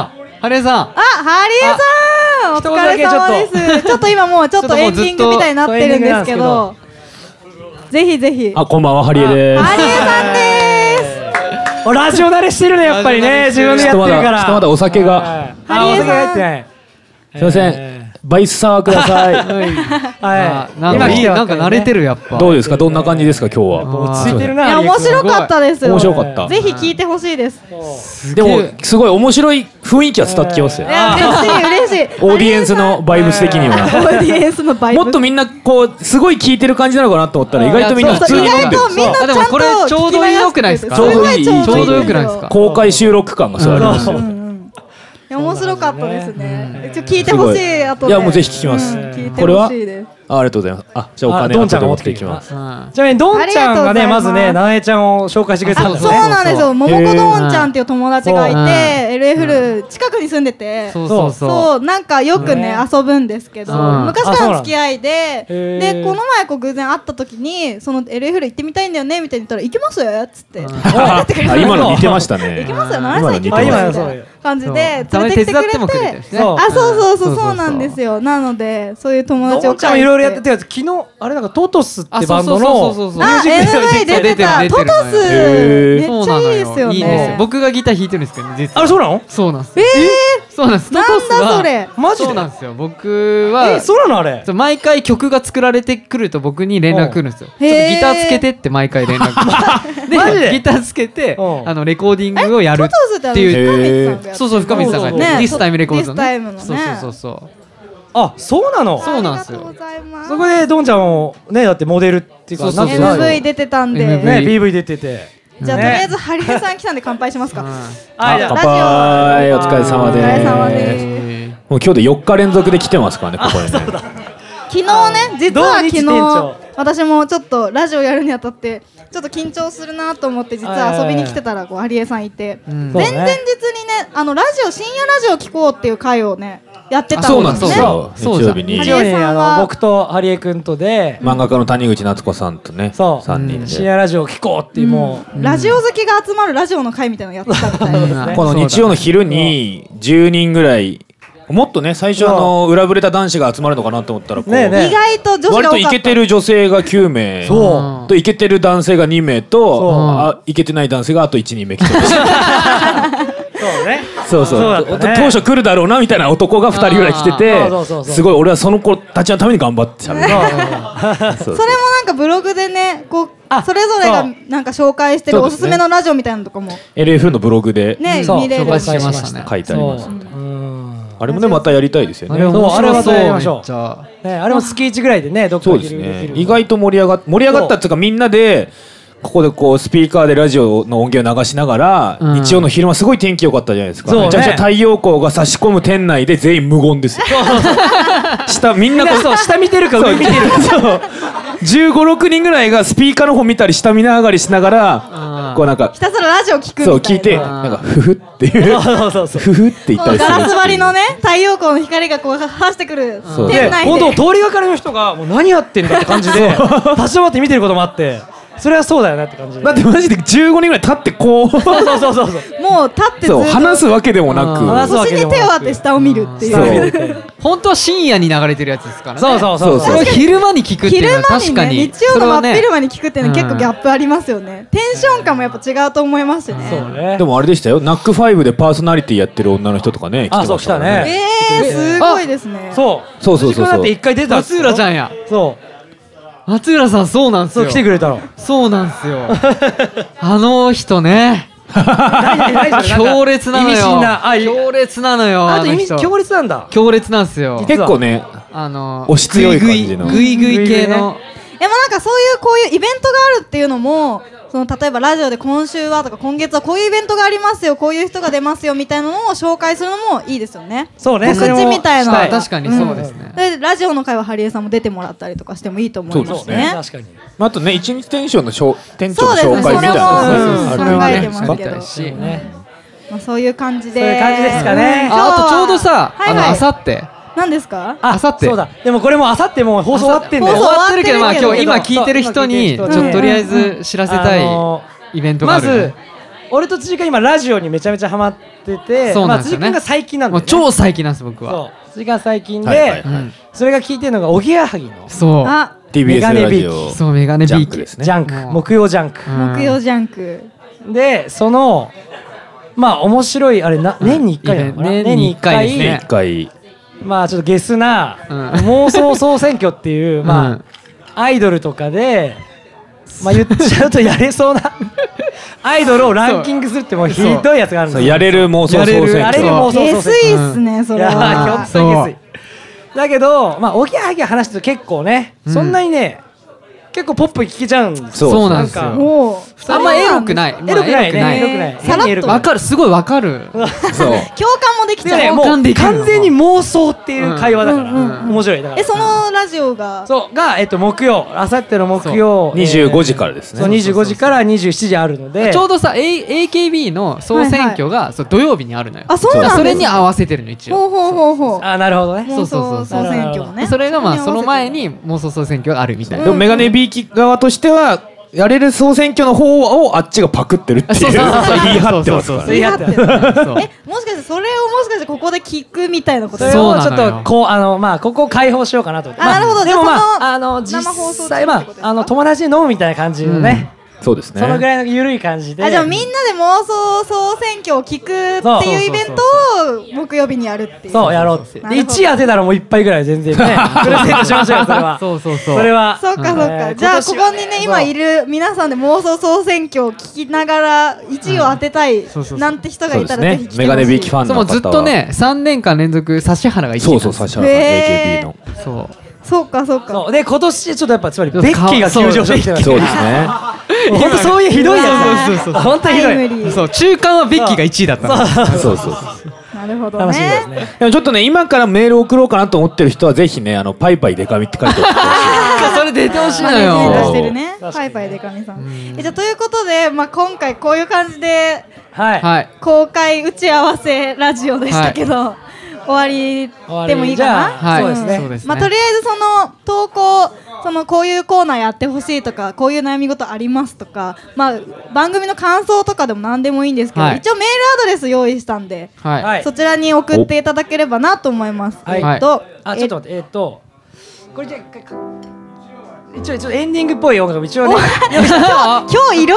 [SPEAKER 2] ハリエさんやハリエさん。
[SPEAKER 1] あ、ハリエさん、お
[SPEAKER 4] あ
[SPEAKER 1] 疲れ様です。ちょっと今もうちょっとエンディングみたいになってるんですけど、ぜひぜひ。
[SPEAKER 8] あ、こんばんは、ハリエで
[SPEAKER 1] ハ
[SPEAKER 8] す。
[SPEAKER 1] リエさんです。
[SPEAKER 4] おラジオ慣れしてるねやっぱりね
[SPEAKER 2] ラ
[SPEAKER 4] 自
[SPEAKER 2] ジオ慣
[SPEAKER 4] 分
[SPEAKER 2] れ
[SPEAKER 4] で
[SPEAKER 2] し
[SPEAKER 4] や
[SPEAKER 8] ちょ
[SPEAKER 4] っ
[SPEAKER 8] っとま
[SPEAKER 4] てるか
[SPEAKER 8] だ、ちょ
[SPEAKER 4] ら
[SPEAKER 8] っとまだお酒が。
[SPEAKER 4] はい
[SPEAKER 1] ハ
[SPEAKER 4] あ
[SPEAKER 1] リ
[SPEAKER 4] お
[SPEAKER 1] エさん
[SPEAKER 4] 酒が入ってない
[SPEAKER 8] すいませ
[SPEAKER 4] え
[SPEAKER 8] ん。バイスサワーく ださい。
[SPEAKER 2] あ
[SPEAKER 4] は
[SPEAKER 2] ないんかいい
[SPEAKER 4] 今
[SPEAKER 2] なんか慣れて
[SPEAKER 4] る
[SPEAKER 2] るやっぱ。
[SPEAKER 8] どうですかどんな感じですか、今日は。
[SPEAKER 4] 落ち着いてる
[SPEAKER 1] い
[SPEAKER 4] な
[SPEAKER 1] や、面白かったですよ。
[SPEAKER 8] 面白かった
[SPEAKER 1] ぜひ聞いてほしいです。い
[SPEAKER 8] でも、すごい面白い雰囲気は伝わってきますよ。
[SPEAKER 1] や、嬉しい、嬉しい。
[SPEAKER 8] オーディエンスのバイブス的に
[SPEAKER 1] ハ
[SPEAKER 8] は。
[SPEAKER 1] リエさん。オーディエンスのバイブ。
[SPEAKER 8] もっとみんな、こう、すごい聞いてる感じなのかなと思ったら、意外とみんな普通に飲んでる
[SPEAKER 1] そう。そう意外とみんなちゃんと
[SPEAKER 2] あでもこれちょうど良くないですか？
[SPEAKER 1] すごいちょうどいい
[SPEAKER 2] ちょうど良くないですか？
[SPEAKER 8] 公開収録感がすごいあります
[SPEAKER 1] う
[SPEAKER 8] よ
[SPEAKER 1] ん。うんいや面白かったですね。ちょ聞いてほしい
[SPEAKER 8] すごい
[SPEAKER 1] 後で。
[SPEAKER 8] いやもうぜひ聞きます
[SPEAKER 1] うん聞いて
[SPEAKER 8] これ
[SPEAKER 1] ほ
[SPEAKER 8] は
[SPEAKER 1] しいです。
[SPEAKER 8] あありがとうございます。あ、じゃあお
[SPEAKER 4] あ
[SPEAKER 8] 金
[SPEAKER 4] ど
[SPEAKER 8] は
[SPEAKER 4] んちゃんが
[SPEAKER 8] 持
[SPEAKER 4] 持
[SPEAKER 8] っ
[SPEAKER 4] って
[SPEAKER 8] て
[SPEAKER 4] きて
[SPEAKER 8] きます。
[SPEAKER 2] うん
[SPEAKER 4] ちなみにどんちゃんが
[SPEAKER 1] ありがとうご
[SPEAKER 4] ねま
[SPEAKER 1] ざいます
[SPEAKER 4] ずねななえちゃんを紹介してくれたん
[SPEAKER 1] あ
[SPEAKER 4] で
[SPEAKER 1] そ
[SPEAKER 4] す
[SPEAKER 1] う
[SPEAKER 4] ね
[SPEAKER 1] なんですよ。ももこどんちゃんっていう友達がいて、
[SPEAKER 2] へ
[SPEAKER 1] LF ル近くに住んでて。
[SPEAKER 2] そうそうそ
[SPEAKER 1] そうなんかよくね
[SPEAKER 4] ね
[SPEAKER 1] 遊ぶんですけど
[SPEAKER 2] うん
[SPEAKER 1] 昔からの付き合いで
[SPEAKER 4] へー
[SPEAKER 1] でこの前こう偶然会った時にその LFL 行ってみたいんだよねみたいに言ったら行きますっつ って
[SPEAKER 8] あ今の似てまし た
[SPEAKER 1] 行
[SPEAKER 8] ね
[SPEAKER 1] き。ますよ7歳行きま
[SPEAKER 8] あ
[SPEAKER 1] す
[SPEAKER 8] 今
[SPEAKER 1] みた
[SPEAKER 4] のそう
[SPEAKER 1] いな感じで
[SPEAKER 2] た
[SPEAKER 1] 連
[SPEAKER 2] ま
[SPEAKER 1] れて
[SPEAKER 2] に
[SPEAKER 1] きて
[SPEAKER 2] 手伝
[SPEAKER 1] く
[SPEAKER 2] ってもくれて
[SPEAKER 1] れ
[SPEAKER 2] るしてね。
[SPEAKER 4] そう
[SPEAKER 1] あそうそうそう
[SPEAKER 2] うん
[SPEAKER 1] そうなんですよなのでそういう友達
[SPEAKER 4] ど
[SPEAKER 1] を
[SPEAKER 4] んちゃんも
[SPEAKER 1] 介
[SPEAKER 4] いろいろやっ
[SPEAKER 1] して
[SPEAKER 4] て昨日あれなんかトトスって
[SPEAKER 2] あ
[SPEAKER 4] バンド
[SPEAKER 2] そう
[SPEAKER 4] の
[SPEAKER 2] そうそうそうそう
[SPEAKER 4] ミュー
[SPEAKER 1] あ
[SPEAKER 4] ジックビデ
[SPEAKER 1] NMA
[SPEAKER 4] オ
[SPEAKER 1] 出てた
[SPEAKER 4] に
[SPEAKER 2] 出てる出てる
[SPEAKER 1] トトス
[SPEAKER 8] へー
[SPEAKER 1] めっ
[SPEAKER 2] そう
[SPEAKER 1] ちゃ
[SPEAKER 2] ない
[SPEAKER 1] い
[SPEAKER 2] の
[SPEAKER 1] ですよ
[SPEAKER 2] いいんです
[SPEAKER 1] ね
[SPEAKER 2] よ。僕がギター弾いてるんですけどね、実
[SPEAKER 4] あ
[SPEAKER 2] は。
[SPEAKER 4] れそうなの
[SPEAKER 2] そうなんです
[SPEAKER 1] え
[SPEAKER 2] よ。
[SPEAKER 1] ー
[SPEAKER 2] そうなんです。
[SPEAKER 1] なんだ
[SPEAKER 2] トトスは
[SPEAKER 1] それ
[SPEAKER 4] マジで
[SPEAKER 2] そうなんですよ。僕は
[SPEAKER 4] えそうなのあれ
[SPEAKER 2] そう毎回曲が作られてくると僕に連絡来るんですよ。ちょっ
[SPEAKER 1] う
[SPEAKER 2] と
[SPEAKER 1] んへー
[SPEAKER 2] ギターつけてって毎回連 絡
[SPEAKER 4] マジ
[SPEAKER 2] で
[SPEAKER 4] で
[SPEAKER 2] ギターつけて
[SPEAKER 4] うん
[SPEAKER 2] あのレコーディングをやる
[SPEAKER 1] トトスって
[SPEAKER 2] っ
[SPEAKER 1] あ
[SPEAKER 2] て
[SPEAKER 1] の
[SPEAKER 2] いう。
[SPEAKER 1] 深水さんがやってる
[SPEAKER 2] そうそう深水さんがやってる
[SPEAKER 1] ね
[SPEAKER 2] ディスタイムレコードの
[SPEAKER 1] ディスタイムのね
[SPEAKER 2] そうそうそうそう
[SPEAKER 4] あそうなの
[SPEAKER 2] そうなんですよ
[SPEAKER 1] ありがとうございます
[SPEAKER 4] そこでどんちゃんもねだってモデルっていう
[SPEAKER 2] そ
[SPEAKER 4] か
[SPEAKER 2] うそ
[SPEAKER 4] な
[SPEAKER 2] う
[SPEAKER 4] ん
[SPEAKER 2] そ
[SPEAKER 4] て
[SPEAKER 2] う
[SPEAKER 4] いうの
[SPEAKER 1] MV 出てたんで、
[SPEAKER 2] MV
[SPEAKER 4] ね BV 出てて
[SPEAKER 1] じゃあ、とりあえず
[SPEAKER 4] ね
[SPEAKER 1] ハリエさん来たんで乾杯しますか。
[SPEAKER 4] あじゃ
[SPEAKER 8] 乾
[SPEAKER 4] あ
[SPEAKER 8] 杯、お疲れ様
[SPEAKER 1] お疲
[SPEAKER 8] です。
[SPEAKER 1] れ様です。
[SPEAKER 8] もう今日で4日連続で来てますからね、ここにね。
[SPEAKER 1] 昨日ね、実は昨
[SPEAKER 4] 同日店長
[SPEAKER 1] 日、私もちょっとラジオやるにあたって、ちょっと緊張するなと思って、実は遊びに来てたら、こうハリエさんいて、
[SPEAKER 2] ん
[SPEAKER 1] 前
[SPEAKER 4] そう
[SPEAKER 1] 々
[SPEAKER 4] ね
[SPEAKER 1] 日にね、あのラジオ深夜ラジオ聞こうっていう回をね、やって
[SPEAKER 8] あ
[SPEAKER 1] た
[SPEAKER 8] そうなんです
[SPEAKER 1] ね。
[SPEAKER 8] よ。日
[SPEAKER 2] そう
[SPEAKER 8] 曜日に
[SPEAKER 1] そう
[SPEAKER 4] 日
[SPEAKER 1] じゃんハ
[SPEAKER 4] 曜日
[SPEAKER 1] リエ
[SPEAKER 4] に
[SPEAKER 1] さ
[SPEAKER 4] あ
[SPEAKER 1] んは
[SPEAKER 4] の僕とハリエ君とで
[SPEAKER 8] 漫画家の谷口夏子さんとね、
[SPEAKER 4] そう
[SPEAKER 8] 3人
[SPEAKER 4] 深
[SPEAKER 8] で。
[SPEAKER 4] 夜ラジオ聞こうっていうもう
[SPEAKER 1] ラジオ好きが集まるラジオの会みたいなのやってたみたいな。
[SPEAKER 8] この日曜の昼に10人ぐらい、もっとね、最初あの、裏ぶれた男子が集まるのかなと思ったら、こう
[SPEAKER 4] ねえねえ
[SPEAKER 1] 意外と女子
[SPEAKER 8] 割
[SPEAKER 1] が
[SPEAKER 8] と
[SPEAKER 1] 多
[SPEAKER 8] イ
[SPEAKER 1] かっ
[SPEAKER 8] ケ
[SPEAKER 1] た
[SPEAKER 8] て。る女性が9名。
[SPEAKER 4] そう
[SPEAKER 8] とイケてる男性が2名と
[SPEAKER 4] そう
[SPEAKER 8] あイケてない男性があと12名来 てました
[SPEAKER 4] そうね
[SPEAKER 8] そうそう
[SPEAKER 4] そうだったね
[SPEAKER 8] 当初来るだろうなみたいな男が2人ぐらい来て
[SPEAKER 4] あ
[SPEAKER 8] て
[SPEAKER 4] ーそうそうそうそう
[SPEAKER 8] すごい俺はその子たちのために頑張ってたみたいな
[SPEAKER 1] それもなんかブログでね、こう
[SPEAKER 4] あ
[SPEAKER 1] それぞれが
[SPEAKER 4] そう
[SPEAKER 1] なんか紹介してる
[SPEAKER 8] そ
[SPEAKER 1] お
[SPEAKER 8] うですす
[SPEAKER 1] す
[SPEAKER 8] ね
[SPEAKER 1] めのラジオみたいなのとかも
[SPEAKER 8] LF のブログで
[SPEAKER 1] ね、
[SPEAKER 4] そう
[SPEAKER 1] 見れる
[SPEAKER 2] 紹介しましたね
[SPEAKER 8] 書いてあります、
[SPEAKER 4] そううん
[SPEAKER 8] あれもねまたやりたいですよ
[SPEAKER 2] あ
[SPEAKER 8] ね
[SPEAKER 2] れ面白そう
[SPEAKER 4] そうあれはやり
[SPEAKER 2] め
[SPEAKER 4] ま
[SPEAKER 2] っ
[SPEAKER 4] しょう
[SPEAKER 2] ちゃ
[SPEAKER 4] ねあれも月1ぐらいでねどっか
[SPEAKER 8] そう
[SPEAKER 4] で
[SPEAKER 8] です
[SPEAKER 4] きるでき
[SPEAKER 8] ね
[SPEAKER 4] る
[SPEAKER 8] 意外と盛り上がっ盛り上がったっていうかみんなでここでこうスピーカーでラジオの音源を流しながら、
[SPEAKER 2] うん
[SPEAKER 8] 日曜の昼間すごい天気良かったじゃないですか、
[SPEAKER 4] そうね
[SPEAKER 8] めちゃくちゃ太陽光が差し込む店内 で全員無言ですよ下みんなこう
[SPEAKER 4] そう下見てるか上見てるか
[SPEAKER 8] そう1 5六6人ぐらいがスピーカーの方見たり下見ながりしなが
[SPEAKER 2] あ
[SPEAKER 8] ら
[SPEAKER 2] ー
[SPEAKER 8] こうなんか
[SPEAKER 1] ひたすらラジオ聞くみたいな
[SPEAKER 8] そう聞いてなんかフフっていう
[SPEAKER 4] そうそうそう
[SPEAKER 8] フフって言っ
[SPEAKER 1] こ
[SPEAKER 8] た
[SPEAKER 1] う
[SPEAKER 8] りす
[SPEAKER 1] ガ
[SPEAKER 8] る
[SPEAKER 1] ラス張りのね太陽光の光がこう走ってくる
[SPEAKER 8] そう
[SPEAKER 1] 店
[SPEAKER 4] で
[SPEAKER 1] 内
[SPEAKER 4] 本当
[SPEAKER 1] で
[SPEAKER 4] 通りがかりの人がもう何やってんだって感じで立ち止まって見てることもあってそれはそうだよねって感じで
[SPEAKER 8] だって マジで15人ぐ らい立ってこう
[SPEAKER 4] そうそうそうそうそう
[SPEAKER 1] もう立ってず
[SPEAKER 8] そう
[SPEAKER 1] っ
[SPEAKER 8] 話すわけでも
[SPEAKER 2] あー
[SPEAKER 8] な
[SPEAKER 4] 話す
[SPEAKER 1] と
[SPEAKER 4] わ
[SPEAKER 1] 腰
[SPEAKER 4] けで
[SPEAKER 1] に
[SPEAKER 4] も
[SPEAKER 1] 手を当て下を見るってい
[SPEAKER 8] そうう
[SPEAKER 2] 本当は深夜に流れてるやつですからね
[SPEAKER 4] そうそうそう
[SPEAKER 8] そう
[SPEAKER 2] それを昼間に聞くっていう
[SPEAKER 1] 昼
[SPEAKER 2] の
[SPEAKER 1] 間
[SPEAKER 2] は確
[SPEAKER 1] に
[SPEAKER 2] か
[SPEAKER 1] ね
[SPEAKER 2] に
[SPEAKER 1] 日曜の真っ昼間に聞くっていうのは
[SPEAKER 2] うん
[SPEAKER 1] 結構ギャップありますよねテンション感もやっぱ違うと思いますしね
[SPEAKER 4] そうね
[SPEAKER 8] くでもあれでしたよナックファイブでパーソナリティやってる女の人とかね
[SPEAKER 4] あそう来たね
[SPEAKER 1] えーすごいですね
[SPEAKER 4] そう
[SPEAKER 8] そうそうそうそう
[SPEAKER 4] 藤井君だって一回出た
[SPEAKER 2] 松浦ちゃんや
[SPEAKER 4] そう
[SPEAKER 2] 松浦さんそうなんす
[SPEAKER 4] そう
[SPEAKER 2] よ
[SPEAKER 4] 来てくれたの
[SPEAKER 2] そうなんすよあの人ね強烈なのよ
[SPEAKER 4] 意味深なあい
[SPEAKER 2] 強烈なのよ
[SPEAKER 4] あと意味
[SPEAKER 2] 人
[SPEAKER 4] 強烈なんだ
[SPEAKER 2] 強烈なんすよ
[SPEAKER 8] 結構ね
[SPEAKER 2] あの
[SPEAKER 8] 押し強い感じの
[SPEAKER 2] グイグイグイグイ系の
[SPEAKER 1] でもなんかそういうこういうイベントがあるっていうのもその例えばラジオで今週はとか今月はこういうイベントがありますよこういう人が出ますよみたいなのを紹介するのもいいですよね。
[SPEAKER 4] そうね
[SPEAKER 1] 告知みたい
[SPEAKER 2] した
[SPEAKER 1] な。
[SPEAKER 2] い確かにそうですね
[SPEAKER 1] でラジオの会はハリエさんも出てもらったりとかしてもいいと思いま
[SPEAKER 8] そ
[SPEAKER 1] す
[SPEAKER 8] う
[SPEAKER 4] それも
[SPEAKER 1] ね。
[SPEAKER 4] 確かに
[SPEAKER 8] あとね一日テンションのしょ店長
[SPEAKER 1] そ
[SPEAKER 8] の
[SPEAKER 1] うです
[SPEAKER 8] 紹介
[SPEAKER 1] ね。
[SPEAKER 8] み
[SPEAKER 1] それ
[SPEAKER 8] たい
[SPEAKER 1] も
[SPEAKER 8] な
[SPEAKER 2] うんそ
[SPEAKER 8] あ
[SPEAKER 2] れ
[SPEAKER 8] るとい
[SPEAKER 1] 考
[SPEAKER 8] い
[SPEAKER 1] え
[SPEAKER 8] ね
[SPEAKER 1] てますけ
[SPEAKER 2] そうです
[SPEAKER 1] ど、
[SPEAKER 2] ね
[SPEAKER 4] ね
[SPEAKER 1] まあそういう感じで。
[SPEAKER 4] そういう感じですかね
[SPEAKER 1] 今日は
[SPEAKER 2] ああとちょうどさ
[SPEAKER 1] はいは
[SPEAKER 2] あ
[SPEAKER 1] い
[SPEAKER 2] のあさって
[SPEAKER 1] 何ですか？
[SPEAKER 2] あさって
[SPEAKER 4] そうだでもこれもうあさってもう放送終わってんだ
[SPEAKER 2] 終
[SPEAKER 1] 放
[SPEAKER 4] よ
[SPEAKER 1] 送
[SPEAKER 2] わってるけどまあ
[SPEAKER 1] 終わ
[SPEAKER 2] 今
[SPEAKER 1] ってるけ
[SPEAKER 2] 日
[SPEAKER 1] ど
[SPEAKER 2] 今聞いてる人にち
[SPEAKER 4] そ
[SPEAKER 2] ょ
[SPEAKER 4] う
[SPEAKER 2] っ
[SPEAKER 4] 今聞いてる人に
[SPEAKER 2] ととりあえず知らせたい
[SPEAKER 4] あの
[SPEAKER 2] イベントがあ
[SPEAKER 4] ま
[SPEAKER 2] る
[SPEAKER 4] ず俺と辻君今ラジオにめちゃめちゃハマってて
[SPEAKER 2] そ
[SPEAKER 4] ま
[SPEAKER 2] うなん
[SPEAKER 4] あ
[SPEAKER 2] です
[SPEAKER 4] 辻
[SPEAKER 2] よね
[SPEAKER 4] 君が最近なんだ
[SPEAKER 2] も
[SPEAKER 4] よ
[SPEAKER 2] う
[SPEAKER 4] ね
[SPEAKER 2] 超最近なんです僕
[SPEAKER 4] そ
[SPEAKER 2] は
[SPEAKER 4] う辻君が最近
[SPEAKER 8] はいはい
[SPEAKER 4] で
[SPEAKER 8] はい
[SPEAKER 2] うん
[SPEAKER 4] それが聞いてるのがおぎやはぎの
[SPEAKER 2] そう
[SPEAKER 1] あ
[SPEAKER 8] TBS
[SPEAKER 4] メガネ
[SPEAKER 8] ラ
[SPEAKER 4] ビー
[SPEAKER 8] ジ
[SPEAKER 4] キ
[SPEAKER 8] オ
[SPEAKER 2] そうメガネ
[SPEAKER 8] ジャ
[SPEAKER 2] ビ
[SPEAKER 8] ン
[SPEAKER 2] ー
[SPEAKER 8] クです
[SPEAKER 2] キ
[SPEAKER 8] ね
[SPEAKER 4] ジャン
[SPEAKER 2] も
[SPEAKER 4] ク木
[SPEAKER 2] う
[SPEAKER 4] 曜ジャンク
[SPEAKER 2] うん
[SPEAKER 1] 木曜ジャンク。
[SPEAKER 4] でそのまあ面白いあれな年に1回なのかな
[SPEAKER 2] イベント年に一回ですね
[SPEAKER 8] 一回
[SPEAKER 4] まあちょっとゲスな
[SPEAKER 2] うん
[SPEAKER 4] 妄想総選挙っていううんまあアイドルとかでまあ言っちゃうとやれそうなアイドルをランキングするってもうひどいやつがあるん
[SPEAKER 8] そ
[SPEAKER 4] です
[SPEAKER 8] う
[SPEAKER 4] よ
[SPEAKER 8] やれる妄想
[SPEAKER 2] やれる
[SPEAKER 8] 総選
[SPEAKER 4] やれる
[SPEAKER 8] 挙
[SPEAKER 4] 妄想
[SPEAKER 1] 下
[SPEAKER 4] 総選
[SPEAKER 1] 水っすねそ
[SPEAKER 4] 挙い
[SPEAKER 1] れ
[SPEAKER 4] やーひょ
[SPEAKER 1] は
[SPEAKER 4] っ。とに下水だけどまあおぎやはぎ話すと結構ね
[SPEAKER 2] うん
[SPEAKER 4] そんなにね結構ポップ聞けちゃうんですよ
[SPEAKER 2] そうなんです
[SPEAKER 4] なん
[SPEAKER 2] よ
[SPEAKER 1] おう
[SPEAKER 2] あんまエロくない
[SPEAKER 4] エロくない
[SPEAKER 2] まあ
[SPEAKER 4] ねエロくな
[SPEAKER 1] エ
[SPEAKER 4] い
[SPEAKER 1] ロくないさらっと
[SPEAKER 4] エロくない
[SPEAKER 2] わかるすごいわかる
[SPEAKER 8] そう
[SPEAKER 1] 共感もできち
[SPEAKER 4] でね
[SPEAKER 1] ゃう
[SPEAKER 4] もう
[SPEAKER 2] 共
[SPEAKER 4] 完
[SPEAKER 2] 感できる
[SPEAKER 4] 全に妄想っていう会話だから、
[SPEAKER 1] うんうん
[SPEAKER 2] うん
[SPEAKER 4] 面白いだから
[SPEAKER 1] えそのラジオが
[SPEAKER 4] そうが、えっと、木曜あさっての木曜
[SPEAKER 8] 25時からです
[SPEAKER 4] そう
[SPEAKER 8] ね
[SPEAKER 4] 25時から27時あるので
[SPEAKER 2] ちょうどさ、A、AKB の総選挙が、そう土曜日にあるのよ
[SPEAKER 1] あそうなん
[SPEAKER 2] だ
[SPEAKER 1] で
[SPEAKER 2] から
[SPEAKER 1] す
[SPEAKER 2] それに合わせてるの一
[SPEAKER 1] ほう
[SPEAKER 2] 応
[SPEAKER 1] ほうほうほう
[SPEAKER 4] あなるほどね
[SPEAKER 2] そうそうそう
[SPEAKER 1] 妄想総選挙も
[SPEAKER 2] で
[SPEAKER 1] ね
[SPEAKER 2] それがまあその前に妄想総選挙があるみたいな、
[SPEAKER 8] でもメガネビーキ側としてはやれる総選挙の方をあっちがパクってるっていう
[SPEAKER 2] そうそうそうそう
[SPEAKER 8] 言い張ってますか
[SPEAKER 4] そ
[SPEAKER 8] ら
[SPEAKER 4] う
[SPEAKER 8] ね
[SPEAKER 1] 合ってる
[SPEAKER 2] そう
[SPEAKER 1] えもしかしてそれをもしかしてここで聞くみたいなこと
[SPEAKER 4] それ
[SPEAKER 2] う
[SPEAKER 4] を
[SPEAKER 2] な
[SPEAKER 4] ち
[SPEAKER 2] の
[SPEAKER 4] ょ
[SPEAKER 2] よ
[SPEAKER 4] っとこうあのまあここを開放しようかなと思って
[SPEAKER 1] あ
[SPEAKER 4] ま
[SPEAKER 1] なるほど
[SPEAKER 4] でも
[SPEAKER 1] じゃあ
[SPEAKER 4] ま
[SPEAKER 1] その
[SPEAKER 4] ああの実
[SPEAKER 1] 生放送中
[SPEAKER 4] 際
[SPEAKER 1] って
[SPEAKER 4] ま
[SPEAKER 1] ことですか
[SPEAKER 4] ああの友達に飲むみたいな感じのね、
[SPEAKER 8] そうですね
[SPEAKER 4] そのぐらいの緩い感じで
[SPEAKER 1] あ
[SPEAKER 4] あ
[SPEAKER 1] じゃあみんなで妄想総選挙を聞くっていうイベントを木曜日にやるっていう
[SPEAKER 4] そうやろうってで
[SPEAKER 1] なるほど
[SPEAKER 4] 1位当てたらもう1杯ぐらい全然ねプレゼントしましょうよそれは
[SPEAKER 2] そうそうそう
[SPEAKER 4] それは
[SPEAKER 1] そうかそうか、
[SPEAKER 4] うん
[SPEAKER 1] じゃ
[SPEAKER 4] え
[SPEAKER 1] あ
[SPEAKER 4] ー
[SPEAKER 1] ここ
[SPEAKER 4] 今年は
[SPEAKER 1] に
[SPEAKER 4] ね
[SPEAKER 1] ね今いる皆さんで妄想総選挙を聞きながら1位を当てたい
[SPEAKER 2] そうそうそう
[SPEAKER 1] なんて人が
[SPEAKER 8] そう
[SPEAKER 1] い
[SPEAKER 8] で
[SPEAKER 1] た
[SPEAKER 8] す
[SPEAKER 1] らぜ
[SPEAKER 8] ね
[SPEAKER 1] ひ来てほしい
[SPEAKER 8] メガネビーキファン
[SPEAKER 2] そ
[SPEAKER 8] の
[SPEAKER 2] うも
[SPEAKER 8] 方
[SPEAKER 2] う
[SPEAKER 8] は
[SPEAKER 2] ずっとね3年間連続指原が1位
[SPEAKER 8] そうそう指
[SPEAKER 2] 原
[SPEAKER 8] 原
[SPEAKER 1] へ
[SPEAKER 8] さん
[SPEAKER 1] ー
[SPEAKER 8] AKB の
[SPEAKER 2] そう
[SPEAKER 1] そうかそうか
[SPEAKER 4] そうで今年ちょっとやっぱつまり
[SPEAKER 2] ち
[SPEAKER 4] ベ
[SPEAKER 2] ょ
[SPEAKER 4] ッ
[SPEAKER 2] っ
[SPEAKER 4] キ
[SPEAKER 2] とか
[SPEAKER 4] ーが急上昇してます
[SPEAKER 8] そうですね
[SPEAKER 4] 本当そういうひどいやつ
[SPEAKER 2] そうそうそうそう
[SPEAKER 4] あ本当にひど
[SPEAKER 1] タイム
[SPEAKER 4] い
[SPEAKER 1] リー
[SPEAKER 2] そう中間はベッキーが1位だったの
[SPEAKER 8] そうそう
[SPEAKER 1] なるほど
[SPEAKER 4] 楽しみで
[SPEAKER 1] ね
[SPEAKER 4] すね
[SPEAKER 8] でもちょっとね今からメール送ろうかなと思ってる人はぜひねあのパイパイデカミって書いておいてほし
[SPEAKER 2] そうそれ出てほしい
[SPEAKER 1] マ
[SPEAKER 2] の
[SPEAKER 1] ネージメント
[SPEAKER 8] 出
[SPEAKER 1] して
[SPEAKER 2] よ
[SPEAKER 1] るね。パイパイでかみさん。えじゃあということで、まあ今回こういう感じで
[SPEAKER 4] はい
[SPEAKER 2] はい
[SPEAKER 1] 公開打ち合わせラジオでしたけど、終わりでもいいかな。
[SPEAKER 4] 終わ
[SPEAKER 2] は
[SPEAKER 4] りじゃあ
[SPEAKER 2] い
[SPEAKER 4] そう
[SPEAKER 2] ですね
[SPEAKER 1] まあとりあえずその投稿そのこういうコーナーやってほしいとかこういう悩み事ありますとかまあ番組の感想とかでも何でもいいんですけど、
[SPEAKER 2] はい
[SPEAKER 1] 一応メールアドレス用意したんで、
[SPEAKER 2] はい、
[SPEAKER 4] はい
[SPEAKER 1] そちらに送っていただければなと思います。
[SPEAKER 4] はい
[SPEAKER 1] えっと、
[SPEAKER 4] あちょっと待ってえーっとこれじゃあか一応一応エンディングっぽい音楽も一応 ね
[SPEAKER 1] 今日いろ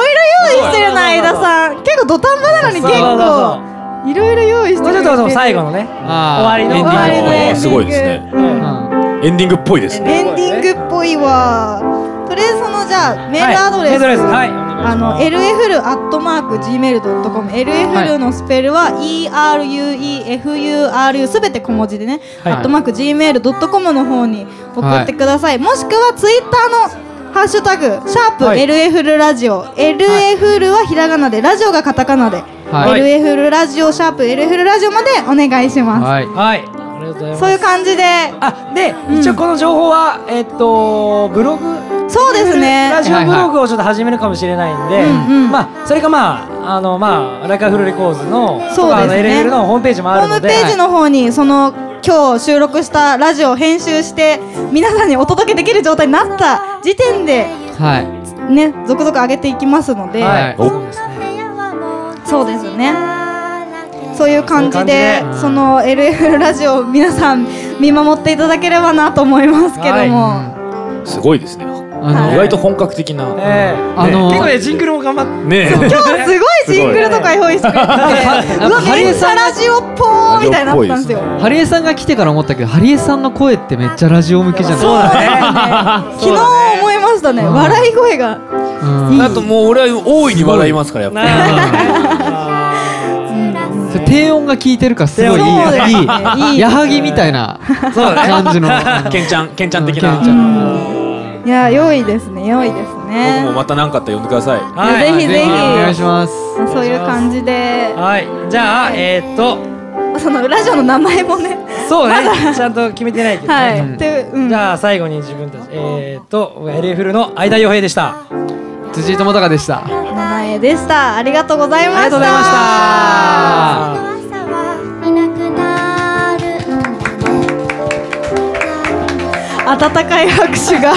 [SPEAKER 1] いろ用意してるな相田さん結構土壇場なのに結
[SPEAKER 4] そうそうそう
[SPEAKER 1] 構いろいろ用意して
[SPEAKER 4] もう
[SPEAKER 1] くれ
[SPEAKER 4] ちょってと最後のね
[SPEAKER 2] あー
[SPEAKER 4] 終わり
[SPEAKER 2] エ
[SPEAKER 4] の
[SPEAKER 2] ンディング
[SPEAKER 1] 終わりの
[SPEAKER 8] い
[SPEAKER 1] エンディン
[SPEAKER 8] あ
[SPEAKER 1] グ
[SPEAKER 8] すごいですね
[SPEAKER 2] うん
[SPEAKER 8] エンディングっぽいですね
[SPEAKER 1] エンディングっぽいわとりあえずそのじゃあメールアドレス、
[SPEAKER 4] はいメールアドレスはい
[SPEAKER 1] あの LFL アットマーク Gmail.com LFL のスペルは ERUEFURU すべて小文字でね、
[SPEAKER 2] はい
[SPEAKER 1] アットマーク Gmail.com の方に送ってください、もしくはツイッターのハッシュタグシャープ
[SPEAKER 4] はい
[SPEAKER 1] LFL ラジオ、LFL はひらがなでラジオがカタカナで、
[SPEAKER 2] はい
[SPEAKER 1] LFL ラジオシャープ LFL ラジオまでお願いします、
[SPEAKER 2] はい
[SPEAKER 4] はいありがとうございます
[SPEAKER 1] そういう感じで
[SPEAKER 4] あで一応この情報はえーっとブログ
[SPEAKER 1] そうそうですね
[SPEAKER 4] ラジオブログをちょっと始めるかもしれないんで、
[SPEAKER 1] うんうん
[SPEAKER 4] まあそれかまああのまあライカフルレコーズの
[SPEAKER 1] そうですね
[SPEAKER 4] とかあの LL のホームページもあ
[SPEAKER 1] ホ
[SPEAKER 4] るの
[SPEAKER 1] ーム
[SPEAKER 4] で、
[SPEAKER 1] ページの方にその今日収録したラジオを編集して皆さんにお届けできる状態になった時点で
[SPEAKER 2] はい
[SPEAKER 1] ね続々上げていきますので、
[SPEAKER 4] はい
[SPEAKER 8] お
[SPEAKER 4] そうですね。
[SPEAKER 1] そうですねそういう感じで
[SPEAKER 4] そ
[SPEAKER 1] そ
[SPEAKER 4] ういう感じで
[SPEAKER 1] の LF ラジオを皆さん見守っていただければなと思いますけども、
[SPEAKER 8] すごいですね。
[SPEAKER 2] あ
[SPEAKER 8] 意外と本格的な。
[SPEAKER 4] え
[SPEAKER 2] のあの
[SPEAKER 4] え結構ねジングルも頑張って
[SPEAKER 8] ね
[SPEAKER 1] 今日すごいジングルとか用意してく れててうわめっちゃラジオっぽーみたいになったんですよ
[SPEAKER 2] ハリエさんが来てから思ったけどハリエさんの声ってめっちゃラジオ向けじゃない
[SPEAKER 1] そうだね昨日思いましたね
[SPEAKER 2] うん
[SPEAKER 1] 笑い声が
[SPEAKER 2] うん
[SPEAKER 8] あともう俺は大いに笑いますからやっぱ。
[SPEAKER 2] それ低音が効いてるからすごいいい
[SPEAKER 1] そうですねいい
[SPEAKER 2] いい矢作みたいな感じの
[SPEAKER 8] ケンちゃんケンちゃん的な。
[SPEAKER 2] うんケンちゃん
[SPEAKER 1] いや良いですね良いです
[SPEAKER 8] 僕も
[SPEAKER 1] ね
[SPEAKER 8] また何かあったら呼んでください。
[SPEAKER 4] はい
[SPEAKER 1] ぜひぜひ
[SPEAKER 2] お願いします
[SPEAKER 1] そういう感じで
[SPEAKER 4] はいじゃあえーっと
[SPEAKER 1] そのラジオの名前もね
[SPEAKER 4] そうねちゃんと決めてないけどね、
[SPEAKER 1] はいでうん
[SPEAKER 4] じゃあ最後に自分たちえーっと LFL の相田洋平でした。
[SPEAKER 2] 辻井智隆でした
[SPEAKER 1] 七重でしたありがとうございました
[SPEAKER 4] ありがとうございました。
[SPEAKER 1] 温かい拍手が